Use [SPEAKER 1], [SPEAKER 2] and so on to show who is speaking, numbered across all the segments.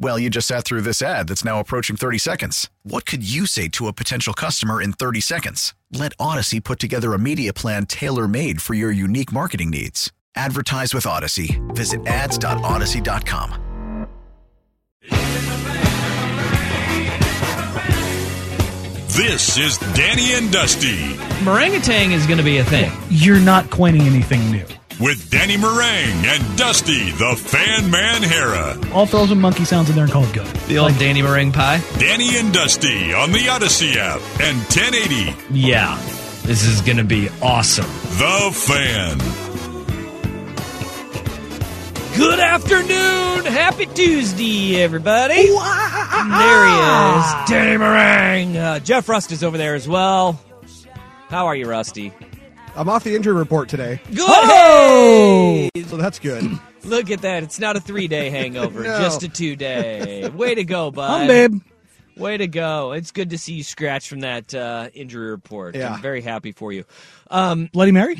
[SPEAKER 1] Well, you just sat through this ad that's now approaching 30 seconds. What could you say to a potential customer in 30 seconds? Let Odyssey put together a media plan tailor made for your unique marketing needs. Advertise with Odyssey. Visit ads.odyssey.com.
[SPEAKER 2] This is Danny and Dusty
[SPEAKER 3] Meringatang is going to be a thing.
[SPEAKER 4] You're not coining anything new.
[SPEAKER 2] with Danny Meringue and Dusty the Fan Man Hera.
[SPEAKER 4] All throws and monkey sounds in there and called good.
[SPEAKER 3] The old Danny Meringue pie.
[SPEAKER 2] Danny and Dusty on the Odyssey app and 1080
[SPEAKER 3] Yeah, this is going to be awesome.
[SPEAKER 2] The Fan.
[SPEAKER 3] Good afternoon, happy Tuesday, everybody.
[SPEAKER 5] ah,
[SPEAKER 3] There he is, Danny Meringue. Uh, Jeff Rust is over there as well. How are you, Rusty?
[SPEAKER 5] I'm off the injury report today,
[SPEAKER 3] Good.
[SPEAKER 5] so that's good.
[SPEAKER 3] Look at that. It's not a three day hangover,
[SPEAKER 5] No.
[SPEAKER 3] just a two day. Way to go, bud.
[SPEAKER 4] Come, babe.
[SPEAKER 3] Way to go. It's good to see you scratch from that uh, injury report.
[SPEAKER 5] Yeah.
[SPEAKER 3] I'm very happy for you.
[SPEAKER 4] Bloody Mary?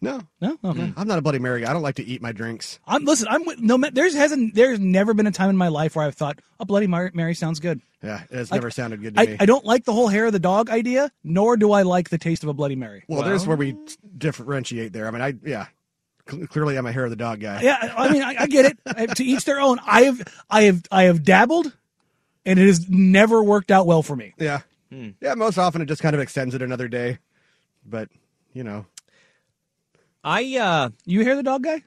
[SPEAKER 5] No,
[SPEAKER 4] No. Okay.
[SPEAKER 5] I'm not a Bloody Mary guy. I don't like to eat my drinks.
[SPEAKER 4] I'm listen. I'm with no. ma- There's hasn't. There's never been a time in my life where I've thought a Bloody Mar- Mary sounds good.
[SPEAKER 5] Yeah, it has never sounded good to
[SPEAKER 4] I,
[SPEAKER 5] me.
[SPEAKER 4] I don't like the whole hair of the dog idea, nor do I like the taste of a Bloody Mary.
[SPEAKER 5] well, there's where we differentiate there. I mean, I yeah, cl- clearly I'm a hair of the dog guy.
[SPEAKER 4] Yeah, I I mean, I, I get it. I, to each their own. I have, I have, I have dabbled, and it has never worked out well for me. Hmm.
[SPEAKER 5] yeah, yeah. Most often it just kind of extends it another day, but you know,
[SPEAKER 3] I, uh,
[SPEAKER 4] You hear the dog guy?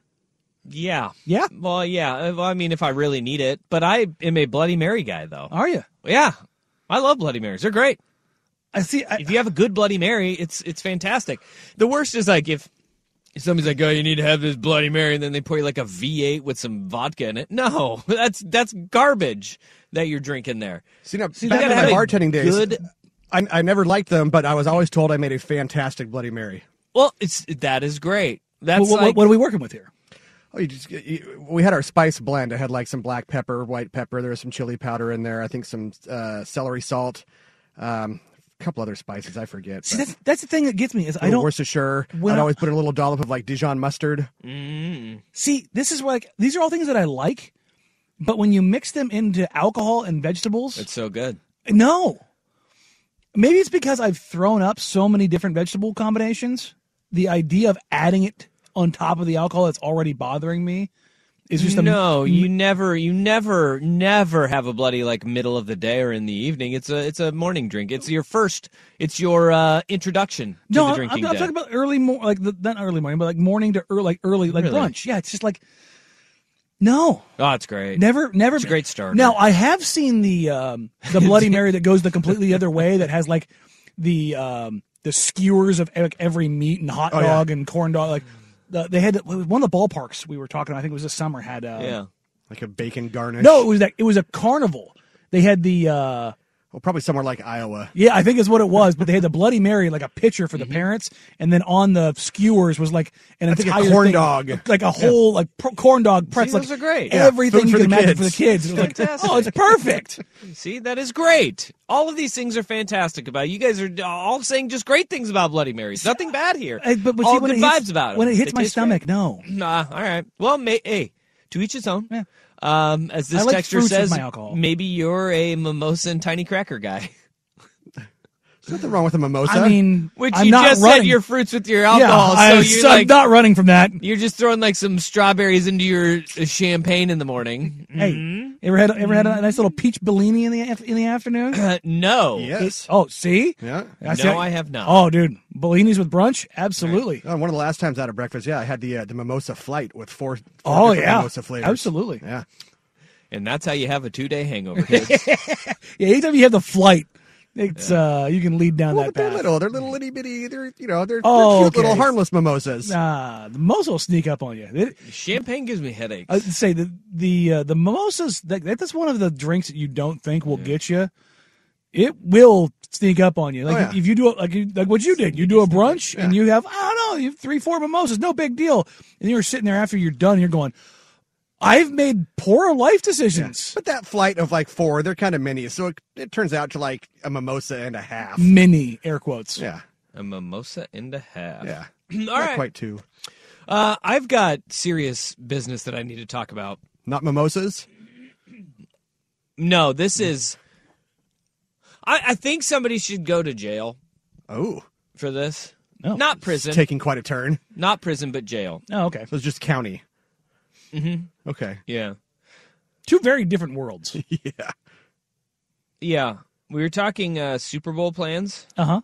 [SPEAKER 3] yeah.
[SPEAKER 4] Yeah.
[SPEAKER 3] Well, yeah. Uh, well, I mean, if I really need it, but I am a Bloody Mary guy, though.
[SPEAKER 4] Are you?
[SPEAKER 3] Yeah. I love Bloody Marys. They're great.
[SPEAKER 4] I see. I,
[SPEAKER 3] If you have a good Bloody Mary, it's it's fantastic. The worst is like if somebody's like, "Oh, you need to have this Bloody Mary," and then they pour you like a V8 with some vodka in it. No, that's that's garbage that you're drinking there.
[SPEAKER 5] see, now,
[SPEAKER 3] you
[SPEAKER 5] back
[SPEAKER 3] gotta
[SPEAKER 5] in my
[SPEAKER 3] have a
[SPEAKER 5] bartending days,
[SPEAKER 3] good-
[SPEAKER 5] I, I never liked them, but I was always told I made a fantastic Bloody Mary.
[SPEAKER 3] Well, it's that is great. That's
[SPEAKER 4] what, what-
[SPEAKER 3] like
[SPEAKER 4] what are we working with here?
[SPEAKER 5] Oh, you just you, we had our spice blend. I had like some black pepper, white pepper. There was some chili powder in there. I think some uh, celery salt, um, a couple other spices. I forget.
[SPEAKER 4] See,
[SPEAKER 5] but-
[SPEAKER 4] that's that's the thing that gets me is I
[SPEAKER 5] I do
[SPEAKER 4] don't
[SPEAKER 5] Worcestershire.
[SPEAKER 4] Well-
[SPEAKER 5] I'd always put in a little dollop of like Dijon mustard.
[SPEAKER 3] Mm.
[SPEAKER 4] see. This is where like these are all things that I like, but when you mix them into alcohol and vegetables,
[SPEAKER 3] it's so good.
[SPEAKER 4] No. Maybe it's because I've thrown up so many different vegetable combinations. The idea of adding it on top of the alcohol that's already bothering me is just a
[SPEAKER 3] no, Oh, you never, you never, never have a bloody like middle of the day or in the evening. It's a it's a morning drink. It's your first. It's your uh, introduction to
[SPEAKER 4] no.
[SPEAKER 3] the
[SPEAKER 4] I'm, I'm,
[SPEAKER 3] drinking
[SPEAKER 4] I'm
[SPEAKER 3] day.
[SPEAKER 4] talking about early morning, like the, not early morning, but like morning to early, like early, like
[SPEAKER 3] Really?
[SPEAKER 4] brunch. Yeah, it's just like no,
[SPEAKER 3] oh, it's great.
[SPEAKER 4] never, never.
[SPEAKER 3] It's a great starter.
[SPEAKER 4] Now I have seen the um, the Bloody Mary that goes the completely other way that has like the um, the skewers of like, every meat and hot
[SPEAKER 5] Oh, yeah.
[SPEAKER 4] dog and corn dog. Like the, they had one of the ballparks we were talking. I think it was this summer had. Um,
[SPEAKER 3] yeah.
[SPEAKER 5] Like a bacon garnish.
[SPEAKER 4] No, it was that. It was a carnival. They had the uh,
[SPEAKER 5] Well, probably somewhere like Iowa.
[SPEAKER 4] yeah, I think is what it was. But they had the Bloody Mary like a pitcher for the parents, and then on the skewers was like an
[SPEAKER 5] think a
[SPEAKER 4] entire
[SPEAKER 5] corn
[SPEAKER 4] thing,
[SPEAKER 5] dog.
[SPEAKER 4] like a whole like pro- corn dog pretzel.
[SPEAKER 3] those
[SPEAKER 4] like,
[SPEAKER 3] are great. Yeah,
[SPEAKER 4] Everything
[SPEAKER 5] food
[SPEAKER 4] you
[SPEAKER 5] for
[SPEAKER 4] could
[SPEAKER 5] the
[SPEAKER 4] imagine
[SPEAKER 5] kids.
[SPEAKER 4] for the kids. It was like, oh, it's
[SPEAKER 3] Fantastic.
[SPEAKER 4] perfect.
[SPEAKER 3] See, that is great. All of these things are fantastic about it. you guys are all saying just great things about Bloody Marys. Nothing bad here.
[SPEAKER 4] Uh, but, but
[SPEAKER 3] all
[SPEAKER 4] see, when
[SPEAKER 3] good
[SPEAKER 4] it
[SPEAKER 3] vibes
[SPEAKER 4] hits,
[SPEAKER 3] about it.
[SPEAKER 4] When it hits
[SPEAKER 3] They
[SPEAKER 4] my
[SPEAKER 3] taste great.
[SPEAKER 4] stomach, no.
[SPEAKER 3] Nah, all right. Well, may, hey, to each his own.
[SPEAKER 4] Yeah.
[SPEAKER 3] Um, as this
[SPEAKER 4] I like
[SPEAKER 3] texture
[SPEAKER 4] fruits with
[SPEAKER 3] says,
[SPEAKER 4] my alcohol.
[SPEAKER 3] maybe you're a mimosa and tiny cracker guy.
[SPEAKER 5] There's nothing wrong with a mimosa.
[SPEAKER 4] I mean,
[SPEAKER 3] Which
[SPEAKER 4] I'm
[SPEAKER 3] you
[SPEAKER 4] not
[SPEAKER 3] just
[SPEAKER 4] running.
[SPEAKER 3] said your fruits with your
[SPEAKER 4] yeah,
[SPEAKER 3] alcohol. so you're
[SPEAKER 4] I, am
[SPEAKER 3] like, Mm-hmm.
[SPEAKER 4] not running from that.
[SPEAKER 3] you're just throwing like some strawberries into your uh, champagne in the morning.
[SPEAKER 4] Hey, ever had ever had a nice little peach Bellini in the af- in the afternoon?
[SPEAKER 3] Uh, no.
[SPEAKER 5] yes.
[SPEAKER 4] oh, see,
[SPEAKER 5] Yeah.
[SPEAKER 4] I
[SPEAKER 3] No, I have not.
[SPEAKER 4] Oh, dude, Bellinis with brunch, absolutely.
[SPEAKER 5] Oh, one of the last times out of breakfast, yeah, I had the uh, the mimosa flight with four. four
[SPEAKER 4] Oh
[SPEAKER 5] different
[SPEAKER 4] yeah,
[SPEAKER 5] mimosa flavors.
[SPEAKER 4] absolutely.
[SPEAKER 5] Yeah,
[SPEAKER 3] And that's how you have a two day hangover, kids.
[SPEAKER 4] Yeah, anytime you have the flight, it's uh you can lead down
[SPEAKER 5] Well,
[SPEAKER 4] that
[SPEAKER 5] but they're
[SPEAKER 4] path.
[SPEAKER 5] little. They're little itty bitty. They're you know they're,
[SPEAKER 4] Oh,
[SPEAKER 5] they're cute
[SPEAKER 4] okay.
[SPEAKER 5] little harmless mimosas.
[SPEAKER 4] Nah, the mimosa will sneak up on you. It-
[SPEAKER 3] Champagne gives me headaches.
[SPEAKER 4] I'd Uh, say the the uh, the mimosas that that's one of the drinks that you don't think will get you. It will sneak up on you. Like
[SPEAKER 5] Oh, yeah.
[SPEAKER 4] if you do it, like you- like what you did, you do a brunch and you have I don't know, you have three four mimosas, no big deal. And you're sitting there after you're done, you're going, I've made poor life decisions.
[SPEAKER 5] But that flight of like four, they're kind of mini. So it, it turns out to like a mimosa and a half.
[SPEAKER 4] Mini air quotes.
[SPEAKER 5] Yeah,
[SPEAKER 3] a mimosa and a half.
[SPEAKER 5] yeah.
[SPEAKER 3] All
[SPEAKER 5] Not
[SPEAKER 3] right.
[SPEAKER 5] quite two.
[SPEAKER 3] Uh, I've got serious business that I need to talk about.
[SPEAKER 5] Not mimosas.
[SPEAKER 3] No, this
[SPEAKER 4] Mm.
[SPEAKER 3] is. I, I think somebody should go to jail
[SPEAKER 5] Oh,
[SPEAKER 3] for this.
[SPEAKER 4] No.
[SPEAKER 3] Not prison.
[SPEAKER 5] taking quite a turn.
[SPEAKER 3] not prison, but jail.
[SPEAKER 4] Oh, okay.
[SPEAKER 5] So it's just county. Mm-hmm. Okay.
[SPEAKER 3] Yeah.
[SPEAKER 4] Two very different worlds.
[SPEAKER 3] Yeah. We were talking uh, Super Bowl plans.
[SPEAKER 4] Uh huh.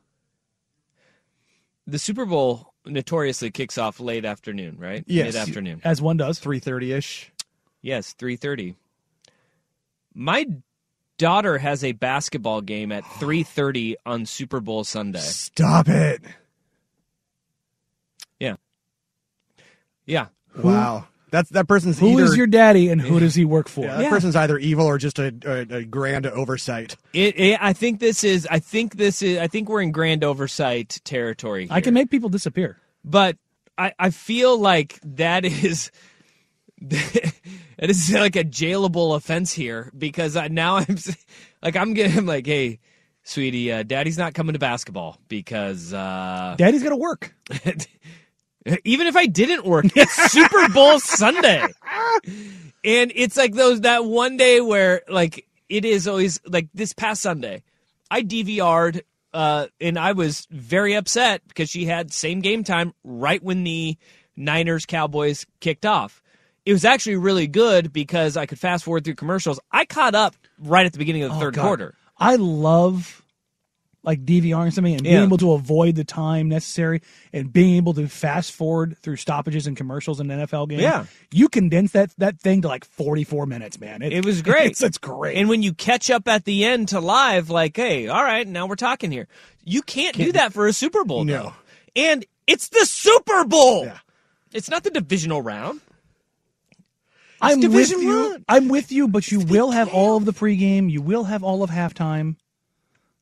[SPEAKER 3] The Super Bowl notoriously kicks off late afternoon, right?
[SPEAKER 5] Yes.
[SPEAKER 3] Mid afternoon.
[SPEAKER 4] As one does.
[SPEAKER 5] Three thirty ish.
[SPEAKER 3] Yes, 3:30. My daughter has a basketball game at 3:30 on Super Bowl Sunday.
[SPEAKER 5] Stop it.
[SPEAKER 3] Yeah.
[SPEAKER 5] Wow. That's that person's
[SPEAKER 4] Who
[SPEAKER 5] either
[SPEAKER 4] is your daddy and who does he work for?
[SPEAKER 5] yeah, that person's either evil or just a, a, a grand oversight.
[SPEAKER 3] It, it I think this is I think this is I think we're in grand oversight territory here.
[SPEAKER 4] I can make people disappear.
[SPEAKER 3] but I, I feel like that is that is like a jailable offense here because I, now I'm s- like I'm getting like hey sweetie uh, daddy's not coming to basketball because uh,
[SPEAKER 4] Daddy's got to work.
[SPEAKER 3] even if I didn't work it's Super Bowl Sunday and it's like those that one day where like it is always like this past Sunday I DVR'd uh, and I was very upset because she had same game time right when the Niners Cowboys kicked off. It was actually really good because I could fast forward through commercials. I caught up right at the beginning of the
[SPEAKER 4] Oh,
[SPEAKER 3] third
[SPEAKER 4] God.
[SPEAKER 3] quarter.
[SPEAKER 4] I love like DVRing something and
[SPEAKER 3] Yeah.
[SPEAKER 4] being able to avoid the time necessary and being able to fast forward through stoppages and commercials in an NFL game.
[SPEAKER 3] Yeah.
[SPEAKER 4] You condense that that thing to like 44 minutes, man.
[SPEAKER 3] It was great.
[SPEAKER 4] It's, it's great.
[SPEAKER 3] And when you catch up at the end to live, like, hey, all right, now we're talking here. You can't, do that for a Super Bowl.
[SPEAKER 5] No.
[SPEAKER 3] though. And it's the Super Bowl.
[SPEAKER 5] Yeah.
[SPEAKER 3] It's not the divisional round.
[SPEAKER 4] I'm with
[SPEAKER 3] Division
[SPEAKER 4] you.
[SPEAKER 3] One.
[SPEAKER 4] I'm with you, but you will have all of the pregame. You will have all of halftime.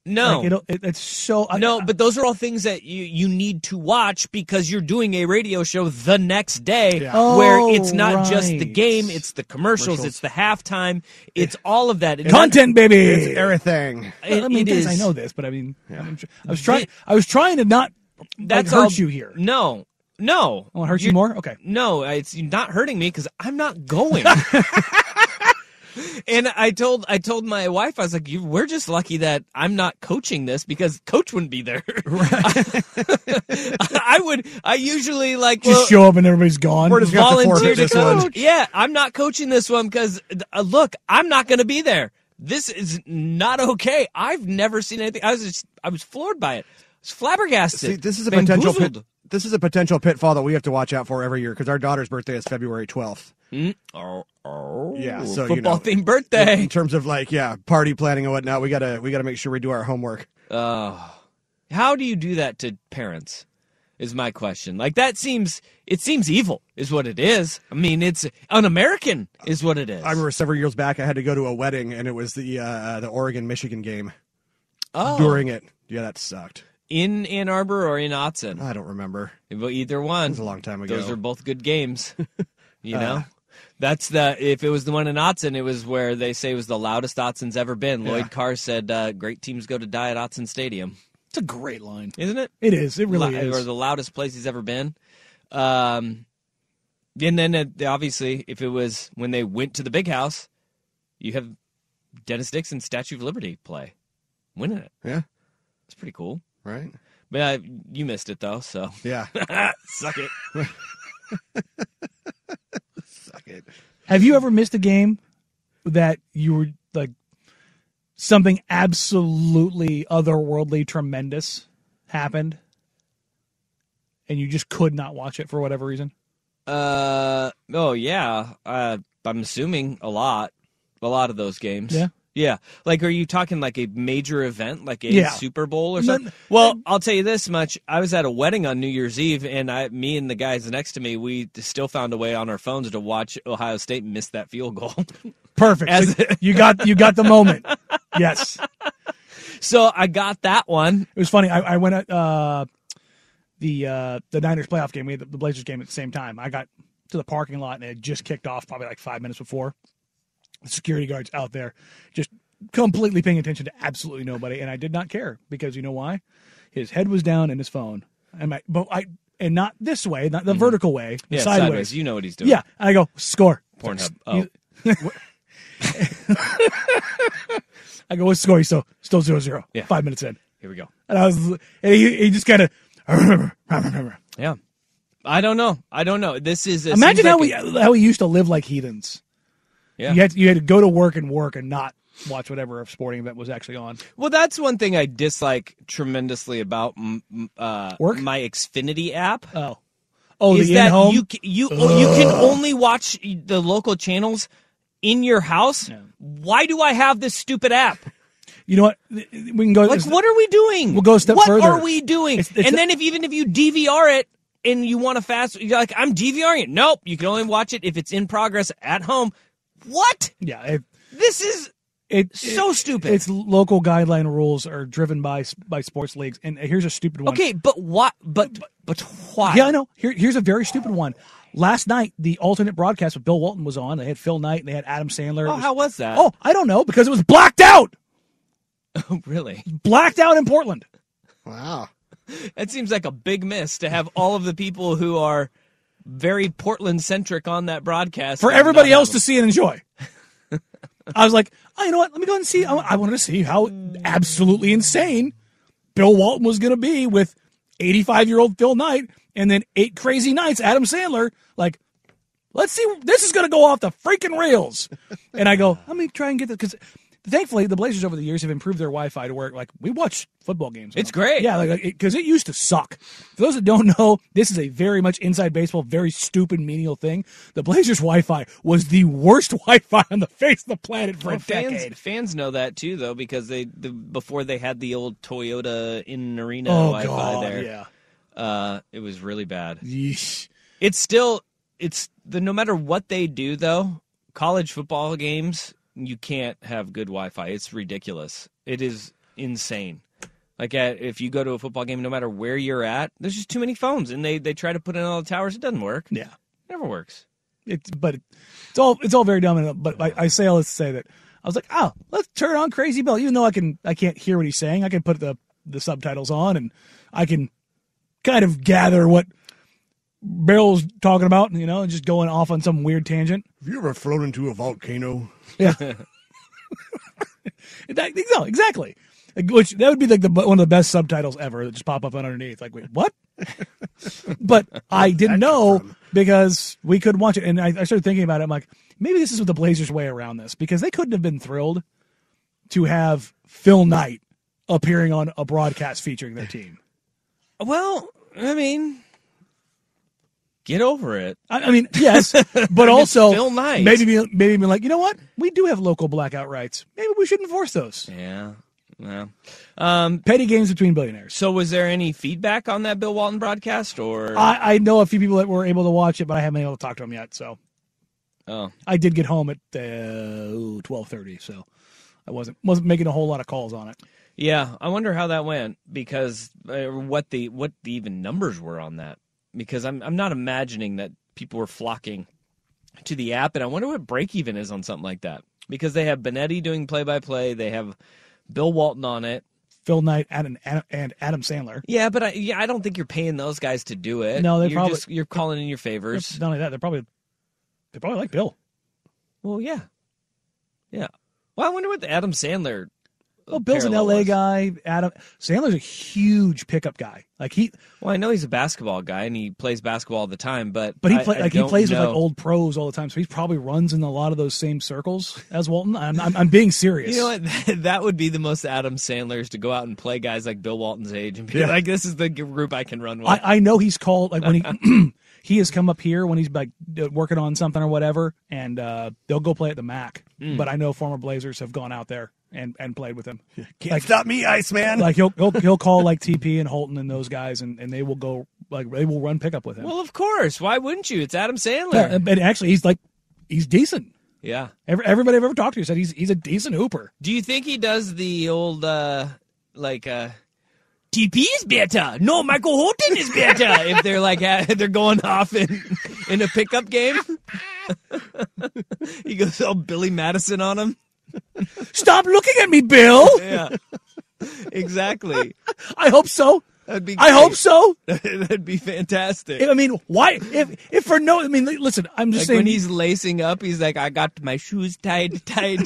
[SPEAKER 3] No.
[SPEAKER 4] Like, it'll, uh, it, it's so I-
[SPEAKER 3] No, but those are all things that you, you need to watch because you're doing a radio show the next day
[SPEAKER 4] Oh,
[SPEAKER 3] where it's not just the
[SPEAKER 4] right.
[SPEAKER 3] game, it's the commercials, it's the halftime, it's all of that. And
[SPEAKER 4] content, baby.
[SPEAKER 5] It's everything.
[SPEAKER 3] that- it-
[SPEAKER 4] I mean,
[SPEAKER 3] it
[SPEAKER 4] yes, I
[SPEAKER 3] is-
[SPEAKER 4] know this, but I mean, I'm tr- I was trying. I was trying to not like,
[SPEAKER 3] that's
[SPEAKER 4] hurt
[SPEAKER 3] all-
[SPEAKER 4] you here.
[SPEAKER 3] No, no.
[SPEAKER 4] I want to hurt you
[SPEAKER 3] You're-
[SPEAKER 4] more. Okay.
[SPEAKER 3] No, it's not hurting me because I'm not going. and I told I told my wife I was like, you, "We're just lucky that I'm not coaching this because coach wouldn't be there. I would. I usually like
[SPEAKER 4] Just
[SPEAKER 3] well,
[SPEAKER 4] show up and everybody's gone.
[SPEAKER 5] We're just gonna have to forfeit
[SPEAKER 3] volunteer to
[SPEAKER 5] this
[SPEAKER 3] coach.
[SPEAKER 5] one.
[SPEAKER 3] Yeah, I'm not coaching this one because uh, look, I'm not going to be there. This is not okay. I've never seen anything. I was just, I was floored by it. I was flabbergasted.
[SPEAKER 5] See, this is a potential pit,
[SPEAKER 3] Bamboozled.
[SPEAKER 5] this is a potential pitfall that we have to watch out for every year because our daughter's birthday is February twelfth.
[SPEAKER 3] Oh, oh,
[SPEAKER 5] Yeah, so, you
[SPEAKER 3] football
[SPEAKER 5] know,
[SPEAKER 3] themed
[SPEAKER 5] In
[SPEAKER 3] birthday.
[SPEAKER 5] terms of like yeah, party planning and whatnot, we gotta we gotta make sure we do our homework.
[SPEAKER 3] How do you do that to parents? Is my question. Like that seems it seems evil is what it is. I mean, it's un-American is what it is.
[SPEAKER 5] I remember several years back, I had to go to a wedding, and it was the uh, the Oregon Michigan game.
[SPEAKER 3] oh,
[SPEAKER 5] During it, yeah, that sucked.
[SPEAKER 3] in Ann Arbor or in Otson.
[SPEAKER 5] I don't remember.
[SPEAKER 3] Well, either one.
[SPEAKER 5] was a long time
[SPEAKER 3] Those
[SPEAKER 5] ago.
[SPEAKER 3] are both good games. You
[SPEAKER 5] Uh.
[SPEAKER 3] know, that's the if it was the one in Otson, it was where they say it was the loudest Otson's ever been. Lloyd Carr said, uh, "Great teams go to die at Otson Stadium,"
[SPEAKER 4] It's a great line.
[SPEAKER 3] isn't it?
[SPEAKER 4] It is. It really
[SPEAKER 3] Lou-
[SPEAKER 4] is.
[SPEAKER 3] or the loudest place he's ever been. Um, and then uh, obviously, if it was when they went to the big house, you have Dennis Dixon Statue of Liberty play, winning it.
[SPEAKER 5] Yeah,
[SPEAKER 3] It's pretty cool.
[SPEAKER 5] right.
[SPEAKER 3] But uh, you missed it though, so
[SPEAKER 5] Yeah,
[SPEAKER 3] suck it.
[SPEAKER 5] suck it.
[SPEAKER 4] Have you ever missed a game that you were like something absolutely otherworldly tremendous happened and you just could not watch it for whatever reason?
[SPEAKER 3] Uh oh yeah. Uh, I'm assuming a lot. A lot of those games.
[SPEAKER 4] Yeah.
[SPEAKER 3] Yeah. Like, are you talking like a major event, like a
[SPEAKER 4] Yeah.
[SPEAKER 3] Super Bowl or
[SPEAKER 4] No,
[SPEAKER 3] something? well, I'll tell you this much. I was at a wedding on New Year's Eve, and I, me and the guys next to me, we still found a way on our phones to watch Ohio State miss that field goal.
[SPEAKER 4] Perfect.
[SPEAKER 3] As-
[SPEAKER 4] So you got you got the moment. Yes.
[SPEAKER 3] so I got that one.
[SPEAKER 4] It was funny. I, I went at uh, the uh, the Niners playoff game. We had the, the Blazers game at the same time. I got to the parking lot and it had just kicked off, probably like five minutes before. The security guards out there, just completely paying attention to absolutely nobody, and I did not care because you know why? His head was down in his phone, and my but I and not this way, not the vertical way,
[SPEAKER 3] Mm-hmm.
[SPEAKER 4] the
[SPEAKER 3] Yeah,
[SPEAKER 4] sideways.
[SPEAKER 3] You know what he's doing.
[SPEAKER 4] Yeah, and I go score.
[SPEAKER 3] Pornhub. Oh.
[SPEAKER 4] I go what's the score. He's still still zero zero.
[SPEAKER 3] Yeah.
[SPEAKER 4] five minutes in,
[SPEAKER 3] Here we go.
[SPEAKER 4] and I was and he, he just kind of.
[SPEAKER 3] Yeah. I don't know. I don't know. This is. it
[SPEAKER 4] Imagine
[SPEAKER 3] seems
[SPEAKER 4] how
[SPEAKER 3] like
[SPEAKER 4] we
[SPEAKER 3] a-
[SPEAKER 4] how we used to live like heathens.
[SPEAKER 3] Yeah.
[SPEAKER 4] You had you had to go to work and work and not watch whatever sporting event was actually on.
[SPEAKER 3] Well, that's one thing I dislike tremendously about m- m- uh,
[SPEAKER 4] Work?
[SPEAKER 3] my Xfinity app.
[SPEAKER 4] Oh, oh,
[SPEAKER 3] is
[SPEAKER 4] the
[SPEAKER 3] that
[SPEAKER 4] in home.
[SPEAKER 3] you ca- you oh, you can only watch the local channels in your house? Why do I have this stupid app?
[SPEAKER 4] You know what? We can go.
[SPEAKER 3] Like, what are we doing?
[SPEAKER 4] We'll go a step
[SPEAKER 3] what
[SPEAKER 4] further.
[SPEAKER 3] are we doing?
[SPEAKER 4] It's- it's-
[SPEAKER 3] and then if even if you DVR it and you want to fast, you're like, I'm DVRing it. Nope, you can only watch it if it's in progress at home. What?
[SPEAKER 4] Yeah, it,
[SPEAKER 3] This is
[SPEAKER 4] it
[SPEAKER 3] so
[SPEAKER 4] it-
[SPEAKER 3] stupid.
[SPEAKER 4] It's local guideline rules are driven by s- by sports leagues. And uh, here's a stupid one.
[SPEAKER 3] okay, but what? But but why?
[SPEAKER 4] Yeah, I know. Here, here's a very stupid one. Last night, the alternate broadcast with Bill Walton was on. They had Phil Knight and they had Adam Sandler. It
[SPEAKER 3] Oh,
[SPEAKER 4] was-
[SPEAKER 3] how was that?
[SPEAKER 4] Oh, I don't know because it was blacked out. Oh.
[SPEAKER 3] really?
[SPEAKER 4] Blacked out in Portland.
[SPEAKER 5] Wow.
[SPEAKER 3] That seems like a big miss to have all of the people who are very Portland centric on that broadcast
[SPEAKER 4] for
[SPEAKER 3] and
[SPEAKER 4] everybody
[SPEAKER 3] not
[SPEAKER 4] else
[SPEAKER 3] have
[SPEAKER 4] to see and enjoy. I was like, oh, you know what? Let me go and see. I, I wanted to see how absolutely insane Bill Walton was going to be with 85 year old Phil Knight and then eight crazy nights, Adam Sandler. Like, let's see. This is going to go off the freaking rails. And I go, let me try and get this. Because thankfully, the Blazers over the years have improved their Wi Fi to where, like, we watch football games.
[SPEAKER 3] It's great.
[SPEAKER 4] Yeah, like because it, used to suck. For those that don't know, this is a very much inside baseball, very stupid, menial thing. The Blazers Wi-Fi was the worst Wi-Fi on the face of the planet for
[SPEAKER 3] Well,
[SPEAKER 4] a
[SPEAKER 3] fans,
[SPEAKER 4] decade.
[SPEAKER 3] fans know that too, though, because they the, before they had the old Toyota in arena
[SPEAKER 4] Oh
[SPEAKER 3] Wi-Fi
[SPEAKER 4] god,
[SPEAKER 3] there,
[SPEAKER 4] yeah.
[SPEAKER 3] uh, it was really bad.
[SPEAKER 4] Yeesh.
[SPEAKER 3] It's still it's the no matter what they do though, college football games you can't have good Wi-Fi. It's ridiculous. It is insane. Like at, if you go to a football game, no matter where you're at, there's just too many phones, and they they try to put in all the towers. It doesn't work.
[SPEAKER 4] Yeah.
[SPEAKER 3] never works.
[SPEAKER 4] It's but it, it's all it's all very dumb. And, but I, I say all this to say that I was like, oh, let's turn on Crazy Bill. Even though I can I can't hear what he's saying, I can put the the subtitles on and I can kind of gather what Beryl's talking about. You know, and just going off on some weird tangent.
[SPEAKER 5] Have you ever flown into a volcano?
[SPEAKER 4] That, no, exactly. Like, Which that would be like the one of the best subtitles ever that just pop up underneath. Like, wait, what? but I didn't know because we couldn't watch it, and I, I started thinking about it. I'm like, maybe this is the Blazers' way around this because they couldn't have been thrilled to have Phil Knight appearing on a broadcast featuring their team.
[SPEAKER 3] Well, I mean, get over it.
[SPEAKER 4] I, I mean, yes, but also
[SPEAKER 3] Phil Knight.
[SPEAKER 4] Maybe be- maybe be like, you know what? We do have local blackout rights. Maybe we should enforce those
[SPEAKER 3] Yeah. Well, um,
[SPEAKER 4] petty games between billionaires.
[SPEAKER 3] so was there any feedback on that Bill Walton broadcast or?
[SPEAKER 4] I, I know a few people that were able to watch it, but I haven't been able to talk to them yet. So
[SPEAKER 3] oh,
[SPEAKER 4] I did get home at uh, twelve thirty, so I wasn't wasn't making a whole lot of calls on it.
[SPEAKER 3] yeah. I wonder how that went because uh, what the what the even numbers were on that because I'm I'm not imagining that people were flocking to the app and I wonder what break even is on something like that because they have Benetti doing play by play, they have Bill Walton on it.
[SPEAKER 4] Phil Knight and and, and Adam Sandler.
[SPEAKER 3] Yeah, but I yeah, I don't think you're paying those guys to do it.
[SPEAKER 4] No, they
[SPEAKER 3] you're
[SPEAKER 4] probably-
[SPEAKER 3] just, you're calling in your favors.
[SPEAKER 4] Not only that, they're probably they probably like Bill.
[SPEAKER 3] Well, yeah, yeah. Well, I wonder what the Adam Sandler. uh,
[SPEAKER 4] Well, Bill's an
[SPEAKER 3] parallel
[SPEAKER 4] LA
[SPEAKER 3] was.
[SPEAKER 4] guy. Adam Sandler's a huge pickup guy. Like he,
[SPEAKER 3] Well, I know he's a basketball guy and he plays basketball all the time, but
[SPEAKER 4] but he
[SPEAKER 3] I-
[SPEAKER 4] play,
[SPEAKER 3] I
[SPEAKER 4] like he
[SPEAKER 3] don't
[SPEAKER 4] plays with
[SPEAKER 3] know.
[SPEAKER 4] like old pros all the time. So he probably runs in a lot of those same circles as Walton. I'm I'm, I'm being serious.
[SPEAKER 3] You know what? That would be the most Adam Sandler's to go out and play guys like Bill Walton's age and be like, "This is the group I can run with."
[SPEAKER 4] I, I know he's called like when he He has come up here when he's like d- working on something or whatever, and uh, they'll go play at the Mac.
[SPEAKER 3] Hmm.
[SPEAKER 4] But I know former Blazers have gone out there and, and played with him.
[SPEAKER 5] Can't stop me, Iceman.
[SPEAKER 4] Like he'll he'll, he'll call like TP and Holton and those guys, and, and they will go like they will run pickup with him.
[SPEAKER 3] Well, of course. Why wouldn't you? It's Adam Sandler.
[SPEAKER 4] Yeah, but actually, he's like he's decent.
[SPEAKER 3] yeah.
[SPEAKER 4] Every, everybody I've ever talked to said he's he's a decent hooper.
[SPEAKER 3] Do you think he does the old uh like uh TP is better. No, Michael Horton is better. if they're like uh, they're going off in in a pickup game, he goes all Billy Madison on him.
[SPEAKER 4] Stop looking at me, Bill.
[SPEAKER 3] Yeah, exactly.
[SPEAKER 4] I hope so.
[SPEAKER 3] That'd be
[SPEAKER 4] I hope
[SPEAKER 3] great.
[SPEAKER 4] so.
[SPEAKER 3] That'd be fantastic.
[SPEAKER 4] I mean, why? If if for no, I mean, li- listen, I'm just
[SPEAKER 3] Like
[SPEAKER 4] saying.
[SPEAKER 3] when he's lacing up, he's like, "I got my shoes tied tight.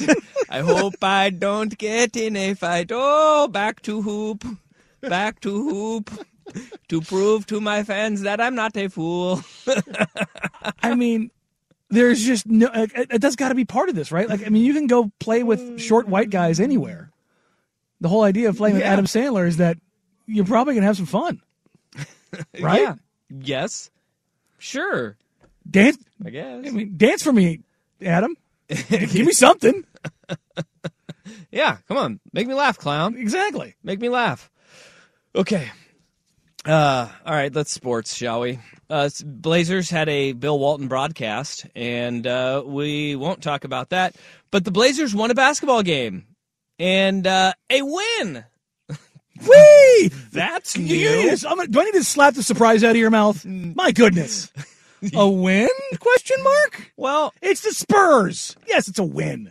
[SPEAKER 3] I hope I don't get in a fight. Oh, back to hoop, back to hoop, to prove to my fans that I'm not a fool."
[SPEAKER 4] I mean, there's just no. Like, it- it- that's got to be part of this, right? Like, I mean, you can go play with short white guys anywhere. The whole idea of playing with Adam Sandler is that you're probably gonna have some fun, right?
[SPEAKER 3] Yeah. Yes. Sure.
[SPEAKER 4] Dance.
[SPEAKER 3] I guess.
[SPEAKER 4] I mean, dance for me, Adam. Give me something.
[SPEAKER 3] yeah. Come on, make me laugh, clown.
[SPEAKER 4] Exactly.
[SPEAKER 3] Make me laugh. Okay. Uh, all right, let's sports, shall we? Uh, s- Blazers had a Bill Walton broadcast, and uh, we won't talk about that. But the Blazers won a basketball game, and uh, a win.
[SPEAKER 4] Whee!
[SPEAKER 3] That's
[SPEAKER 4] You- you need to- I'm gonna- do I need to slap the surprise out of your mouth?
[SPEAKER 3] Mm.
[SPEAKER 4] My goodness. A win? Question mark?
[SPEAKER 3] Well,
[SPEAKER 4] It's the Spurs. Yes, it's a win.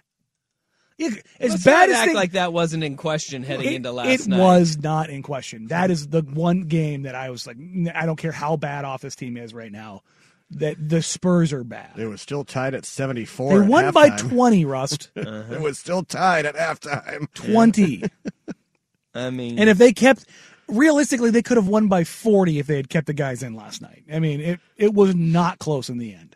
[SPEAKER 4] It- as
[SPEAKER 3] let's
[SPEAKER 4] bad
[SPEAKER 3] not
[SPEAKER 4] as
[SPEAKER 3] act
[SPEAKER 4] they-
[SPEAKER 3] like that wasn't in question heading
[SPEAKER 4] it,
[SPEAKER 3] into last
[SPEAKER 4] it
[SPEAKER 3] night.
[SPEAKER 4] was not in question. That is the one game that I was like, "N- I don't care how bad off this team is right now, that the Spurs are bad.
[SPEAKER 5] It
[SPEAKER 4] They
[SPEAKER 5] was still tied at 74. at
[SPEAKER 4] won by
[SPEAKER 5] halftime.
[SPEAKER 4] 20, Rust.
[SPEAKER 5] It was still tied at halftime.
[SPEAKER 4] 20.
[SPEAKER 3] I mean,
[SPEAKER 4] And if they kept, realistically, they could have won by 40 if they had kept the guys in last night. I mean, it, it was not close in the end.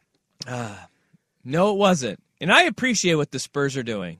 [SPEAKER 3] no, it wasn't. And I appreciate what the Spurs are doing.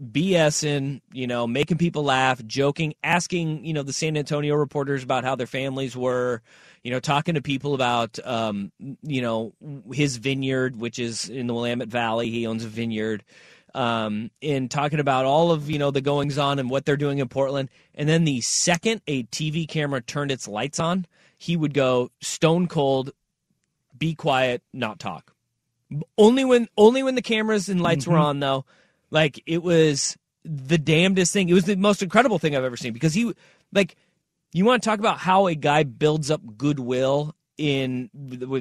[SPEAKER 3] BSing, you know, making people laugh, joking, asking, you know, the San Antonio reporters about how their families were, you know, talking to people about, um, you know, his vineyard, which is in the Willamette Valley. He owns a vineyard. Um, and talking about all of, you know, the goings on and what they're doing in Portland. And then the second a TV camera turned its lights on, he would go stone cold, be quiet, not talk. Only when only when the cameras and lights were
[SPEAKER 6] Mhm.
[SPEAKER 3] on though, like it was the damnedest thing. It was the most incredible thing I've ever seen because he like you want to talk about how a guy builds up goodwill in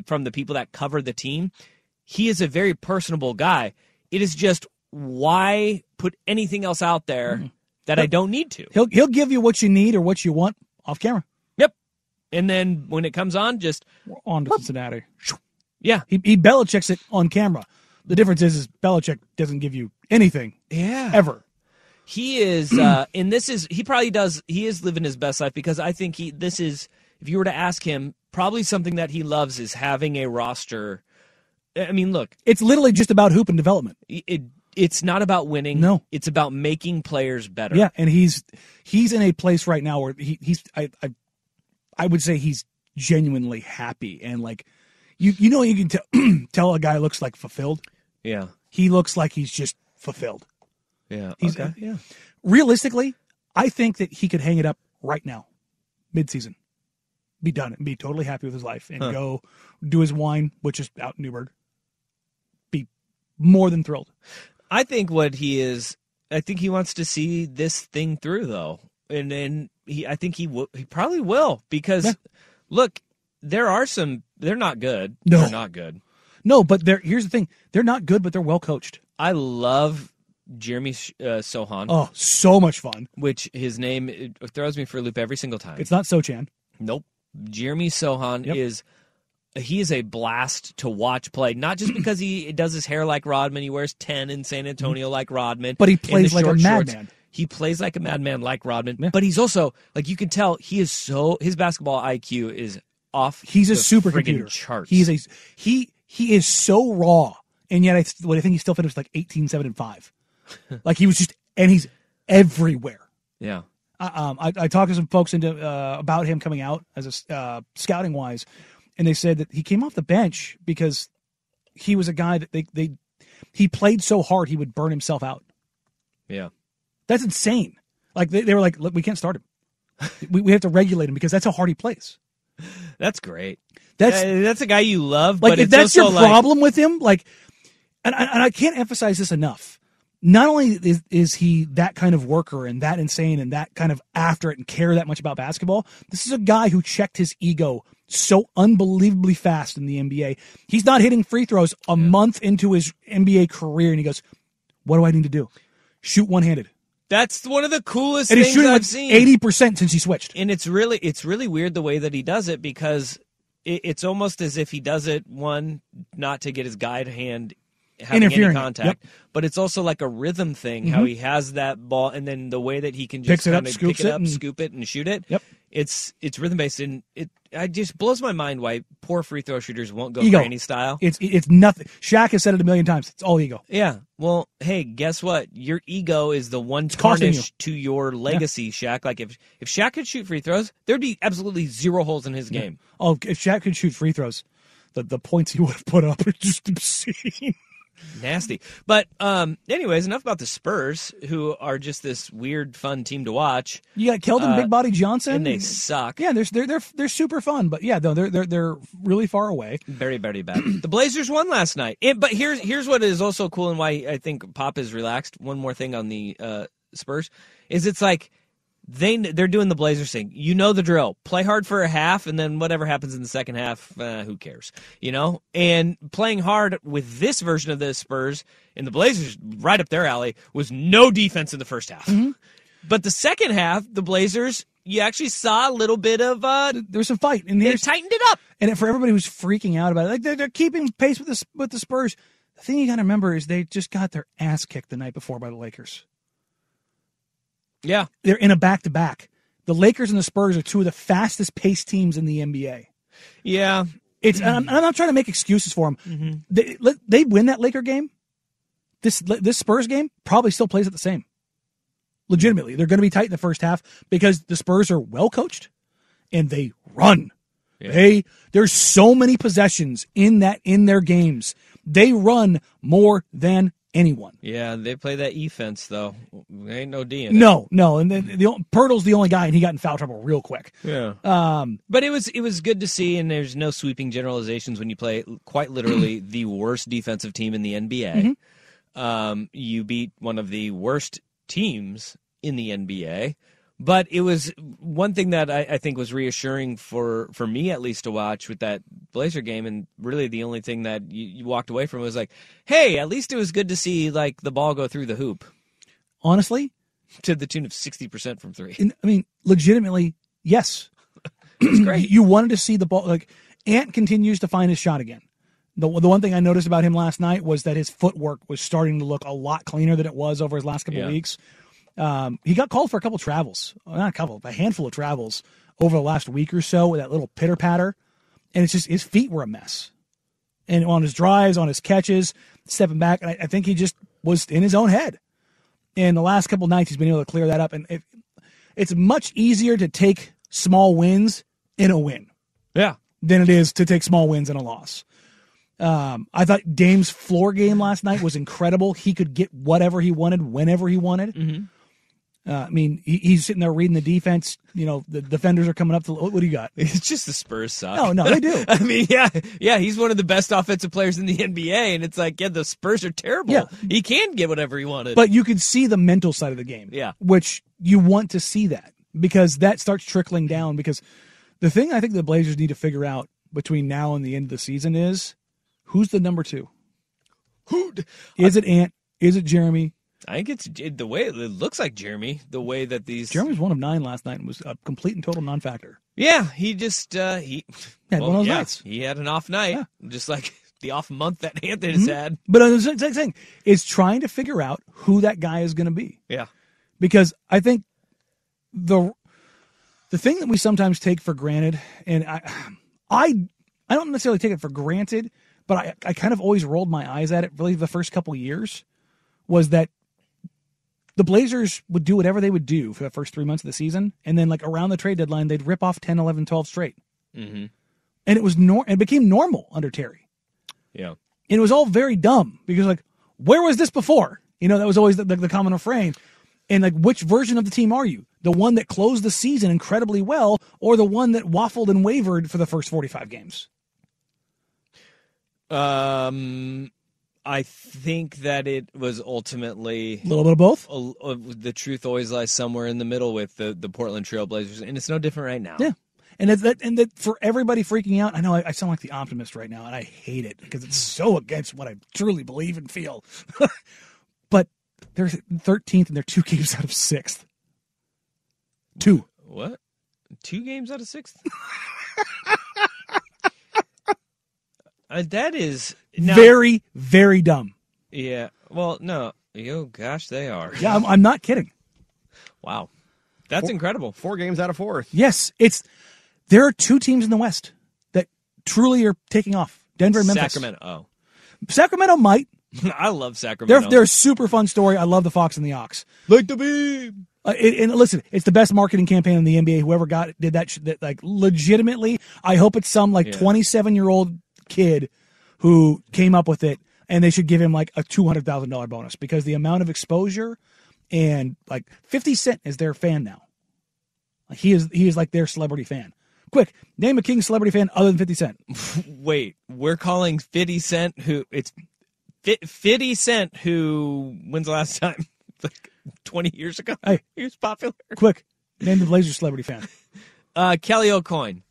[SPEAKER 3] from the people that cover the team. He is a very personable guy. It is just why put anything else out there that I don't need to.
[SPEAKER 4] He'll he'll give you what you need or what you want off camera.
[SPEAKER 3] Yep. And then when it comes on, just
[SPEAKER 4] on to Cincinnati.
[SPEAKER 3] Yeah,
[SPEAKER 4] he he Belichick's it on camera. The difference is, is Belichick doesn't give you anything.
[SPEAKER 3] Yeah,
[SPEAKER 4] ever.
[SPEAKER 3] He is, uh, and this is he probably does. He is living his best life because I think he. This is if you were to ask him, probably something that he loves is having a roster. I mean, look,
[SPEAKER 4] It's literally just about hoop and development.
[SPEAKER 3] it it's not about winning.
[SPEAKER 4] No.
[SPEAKER 3] it's about making players better.
[SPEAKER 4] Yeah, and he's he's in a place right now where he, he's I, I I would say he's genuinely happy and like you you know you can tell tell a guy looks like fulfilled.
[SPEAKER 3] yeah,
[SPEAKER 4] He looks like he's just fulfilled.
[SPEAKER 3] yeah.
[SPEAKER 4] He's
[SPEAKER 3] okay.
[SPEAKER 4] yeah. Realistically, I think that he could hang it up right now, midseason, be done and be totally happy with his life and
[SPEAKER 3] Huh.
[SPEAKER 4] go do his wine, which is out in Newburgh. Be more than thrilled.
[SPEAKER 3] I think what he is, I think he wants to see this thing through though, and then he, I think he will, he probably will because, look, there are some. They're not good.
[SPEAKER 4] No.
[SPEAKER 3] they're not good.
[SPEAKER 4] No, but they're here's the thing: they're not good, but they're well coached.
[SPEAKER 3] I love Jeremy uh, Sohan.
[SPEAKER 4] Oh, so much fun!
[SPEAKER 3] which his name it throws me for a loop every single time.
[SPEAKER 4] It's not Sochan.
[SPEAKER 3] Nope. Jeremy Sohan is he is a blast to watch play. Not just because he does his hair like Rodman, he wears ten in San Antonio like Rodman,
[SPEAKER 4] Mm-hmm. But he
[SPEAKER 3] and the
[SPEAKER 4] plays like a
[SPEAKER 3] short shorts.
[SPEAKER 4] madman.
[SPEAKER 3] He plays like a madman, like Rodman. But he's also like you can tell he is so his basketball IQ is off.
[SPEAKER 4] He's a
[SPEAKER 3] the
[SPEAKER 4] supercomputer.
[SPEAKER 3] friggin' Charts.
[SPEAKER 4] He's a he he is so raw, and yet I what I think he still finished like 18, 7, and five. like he was just, and he's everywhere.
[SPEAKER 3] yeah.
[SPEAKER 4] I- um, I, I talked to some folks into uh, about him coming out as a s- uh, scouting wise, and they said that he came off the bench because he was a guy that they they he played so hard he would burn himself out.
[SPEAKER 3] Yeah.
[SPEAKER 4] That's insane. Like they, they were like, look, we can't start him. we, we have to regulate him because that's how hard he plays.
[SPEAKER 3] That's great.
[SPEAKER 4] That's-
[SPEAKER 3] That's that's a guy you love,
[SPEAKER 4] Like
[SPEAKER 3] but
[SPEAKER 4] if
[SPEAKER 3] it's
[SPEAKER 4] that's your
[SPEAKER 3] also, like-
[SPEAKER 4] problem with him, like, and I, and I can't emphasize this enough. Not only is, is he that kind of worker and that insane and that kind of after it and care that much about basketball, this is a guy who checked his ego so unbelievably fast in the NBA. He's not hitting free throws a month into his NBA career, and he goes, "What do I need to do? Shoot one handed."
[SPEAKER 3] That's one of the coolest
[SPEAKER 4] And he's
[SPEAKER 3] things
[SPEAKER 4] shooting
[SPEAKER 3] I've
[SPEAKER 4] like
[SPEAKER 3] seen.
[SPEAKER 4] eighty percent since he switched.
[SPEAKER 3] and it's really it's really weird the way that he does it because it, it's almost as if he does it one not to get his guide hand having
[SPEAKER 4] Interfering,
[SPEAKER 3] any contact, but it's also like a rhythm thing how
[SPEAKER 4] Mhm.
[SPEAKER 3] he has that ball and then the way that he can just
[SPEAKER 4] Picks it up,
[SPEAKER 3] kinda
[SPEAKER 4] scoops
[SPEAKER 3] pick it
[SPEAKER 4] it,
[SPEAKER 3] up,
[SPEAKER 4] and-
[SPEAKER 3] scoop it, and shoot it.
[SPEAKER 4] Yep.
[SPEAKER 3] It's it's rhythm based and it I just blows my mind why poor free throw shooters won't go
[SPEAKER 4] ego
[SPEAKER 3] granny style.
[SPEAKER 4] It's it's nothing. Shaq has said it a million times. It's all ego.
[SPEAKER 3] Yeah. Well, hey, guess what? Your ego is the one
[SPEAKER 4] costing
[SPEAKER 3] tarnish to your legacy, Shaq. Like if if Shaq could shoot free throws, there'd be absolutely zero holes in his game.
[SPEAKER 4] Oh, if Shaq could shoot free throws, the, the points he would have put up are just obscene.
[SPEAKER 3] Nasty. But um anyways, enough about the Spurs, who are just this weird fun team to watch.
[SPEAKER 4] You got Keldon
[SPEAKER 3] Uh,
[SPEAKER 4] Big Body Johnson.
[SPEAKER 3] and they suck.
[SPEAKER 4] Yeah, they're, they're they're they're super fun, but yeah, no, they're they're they're really far away.
[SPEAKER 3] Very, very bad. the Blazers won last night. And, but here's here's what is also cool and why I think Pop is relaxed. One more thing on the uh, Spurs is it's like they kn- they're doing the Blazers thing. You know the drill. Play hard for a half, and then whatever happens in the second half, uh, who cares? You know. And playing hard with this version of the Spurs and the Blazers right up their alley was no defense in the first half. But the second half, the Blazers, you actually saw a little bit of uh,
[SPEAKER 4] There's some fight, and
[SPEAKER 3] they
[SPEAKER 4] here's
[SPEAKER 3] tightened it up.
[SPEAKER 4] and for everybody who's freaking out about it, like they're, they're keeping pace with the S- with the Spurs. The thing you got to remember is they just got their ass kicked the night before by the Lakers.
[SPEAKER 3] Yeah.
[SPEAKER 4] They're in a back to back. The Lakers and the Spurs are two of the fastest paced teams in the NBA.
[SPEAKER 3] Yeah.
[SPEAKER 4] It's and I'm, and I'm not trying to make excuses for them. They, let- they win that Laker game. This this Spurs game probably still plays it the same. Legitimately, they're going to be tight in the first half because the Spurs are well coached and they run. They there's so many possessions in that in their games. They run more than anyone.
[SPEAKER 3] Yeah, they play that defense though. There ain't no D in it.
[SPEAKER 4] No, no, and the, the o- Pirtle's the only guy, and he got in foul trouble real quick.
[SPEAKER 3] Yeah.
[SPEAKER 4] Um,
[SPEAKER 3] Uh, But it was it was good to see, and there's no sweeping generalizations when you play quite literally the worst defensive team in the NBA. Um, you beat one of the worst teams in the NBA. But it was one thing that I, I think was reassuring for, for me at least to watch with that Blazer game, and really the only thing that you, you walked away from was like, hey, at least it was good to see like the ball go through the hoop
[SPEAKER 4] honestly,
[SPEAKER 3] to the tune of sixty percent from three.
[SPEAKER 4] in, I mean, legitimately, yes.
[SPEAKER 3] great.
[SPEAKER 4] You wanted to see the ball. Like Ant continues to find his shot again. The, the one thing I noticed about him last night was that his footwork was starting to look a lot cleaner than it was over his last couple
[SPEAKER 3] Yeah.
[SPEAKER 4] weeks. Um, he got called for a couple travels, Well, not a couple, a handful of travels over the last week or so with that little pitter patter, and it's just his feet were a mess. And on his drives, on his catches, stepping back, and I, I think he just was in his own head. And the last couple nights, he's been able to clear that up, and it, it's much easier to take small wins in a win
[SPEAKER 3] Yeah.
[SPEAKER 4] than it is to take small wins and a loss. Um, I thought Dame's floor game last night was incredible. He could get whatever he wanted, whenever he wanted.
[SPEAKER 3] Mm-hmm.
[SPEAKER 4] Uh, I mean, he, he's sitting there reading the defense. You know, the defenders are coming up to what, what do you got?
[SPEAKER 3] It's just the Spurs suck.
[SPEAKER 4] No, no, they do.
[SPEAKER 3] I mean, yeah, yeah, he's one of the best offensive players in the NBA, and it's like, yeah, the Spurs are terrible.
[SPEAKER 4] Yeah.
[SPEAKER 3] He can get whatever he wanted.
[SPEAKER 4] But you could see the mental side of the game.
[SPEAKER 3] Yeah.
[SPEAKER 4] Which you want to see that because that starts trickling down. Because the thing I think the Blazers need to figure out between now and the end of the season is who's the number two?
[SPEAKER 3] who? d-
[SPEAKER 4] Is it Ant? Is it Jeremy?
[SPEAKER 3] I think it's it- the way it looks like Jeremy. The way that these,
[SPEAKER 4] Jeremy was one of nine last night and was a complete and total non factor.
[SPEAKER 3] yeah, he just uh, he
[SPEAKER 4] Had one of those
[SPEAKER 3] yeah,
[SPEAKER 4] nights.
[SPEAKER 3] He had an off night, just like the off month that Anthony
[SPEAKER 4] Mm-hmm.
[SPEAKER 3] has had.
[SPEAKER 4] But it's the same thing is trying to figure out who that guy is going to be.
[SPEAKER 3] Yeah,
[SPEAKER 4] because I think the the thing that we sometimes take for granted, and I I I don't necessarily take it for granted, but I I kind of always rolled my eyes at it. Really, the first couple years was that the Blazers would do whatever they would do for the first three months of the season, and then like around the trade deadline, they'd rip off 10, 11, 12 straight,
[SPEAKER 3] mm-hmm.
[SPEAKER 4] and it was nor it became normal under Terry
[SPEAKER 3] yeah,
[SPEAKER 4] and it was all very dumb because like where was this before you know that was always the, the, the common refrain and like which version of the team are you the one that closed the season incredibly well or the one that waffled and wavered for the first 45 games
[SPEAKER 3] Um, I think that it was ultimately
[SPEAKER 4] a little bit of both
[SPEAKER 3] a- a- the truth always lies somewhere in the middle with the, the Portland Trail Blazers, and it's no different right now.
[SPEAKER 4] Yeah. and it's that and that for everybody freaking out i know I, I sound like the optimist right now and i hate it because it's so against what i truly believe and feel but they're 13th and they're two games out of sixth two
[SPEAKER 3] What? Two games out of six? uh, that is now,
[SPEAKER 4] very very dumb
[SPEAKER 3] Yeah. Well, no. Yo, gosh, they are.
[SPEAKER 4] yeah I'm, I'm not kidding
[SPEAKER 3] Wow. That's incredible.
[SPEAKER 5] Four games out of fourth.
[SPEAKER 4] Yes, it's there are two teams in the West that truly are taking off. Denver, and Memphis,
[SPEAKER 3] Sacramento.
[SPEAKER 4] Sacramento might.
[SPEAKER 3] Oh, I love
[SPEAKER 4] They're
[SPEAKER 3] Sacramento.
[SPEAKER 4] they're a super fun story. I love the Fox and the Ox.
[SPEAKER 3] like the beam.
[SPEAKER 4] Uh, it, and listen, it's the best marketing campaign in the NBA. Whoever got it did that, sh- that like legitimately. I hope it's some like
[SPEAKER 3] Yeah.
[SPEAKER 4] twenty seven year old kid who came up with it, and they should give him like a two hundred thousand dollar bonus because the amount of exposure and like Fifty Cent is their fan now. Like he is he is like their celebrity fan. Quick, name a King celebrity fan other than Fifty Cent.
[SPEAKER 3] Wait, we're calling 50 Cent who it's Fi- 50 Cent who when's the last time? Like 20 years ago.
[SPEAKER 4] Hey.
[SPEAKER 3] He was popular.
[SPEAKER 4] Quick, name the Blazers celebrity fan.
[SPEAKER 3] Uh, Kelly O'Coin.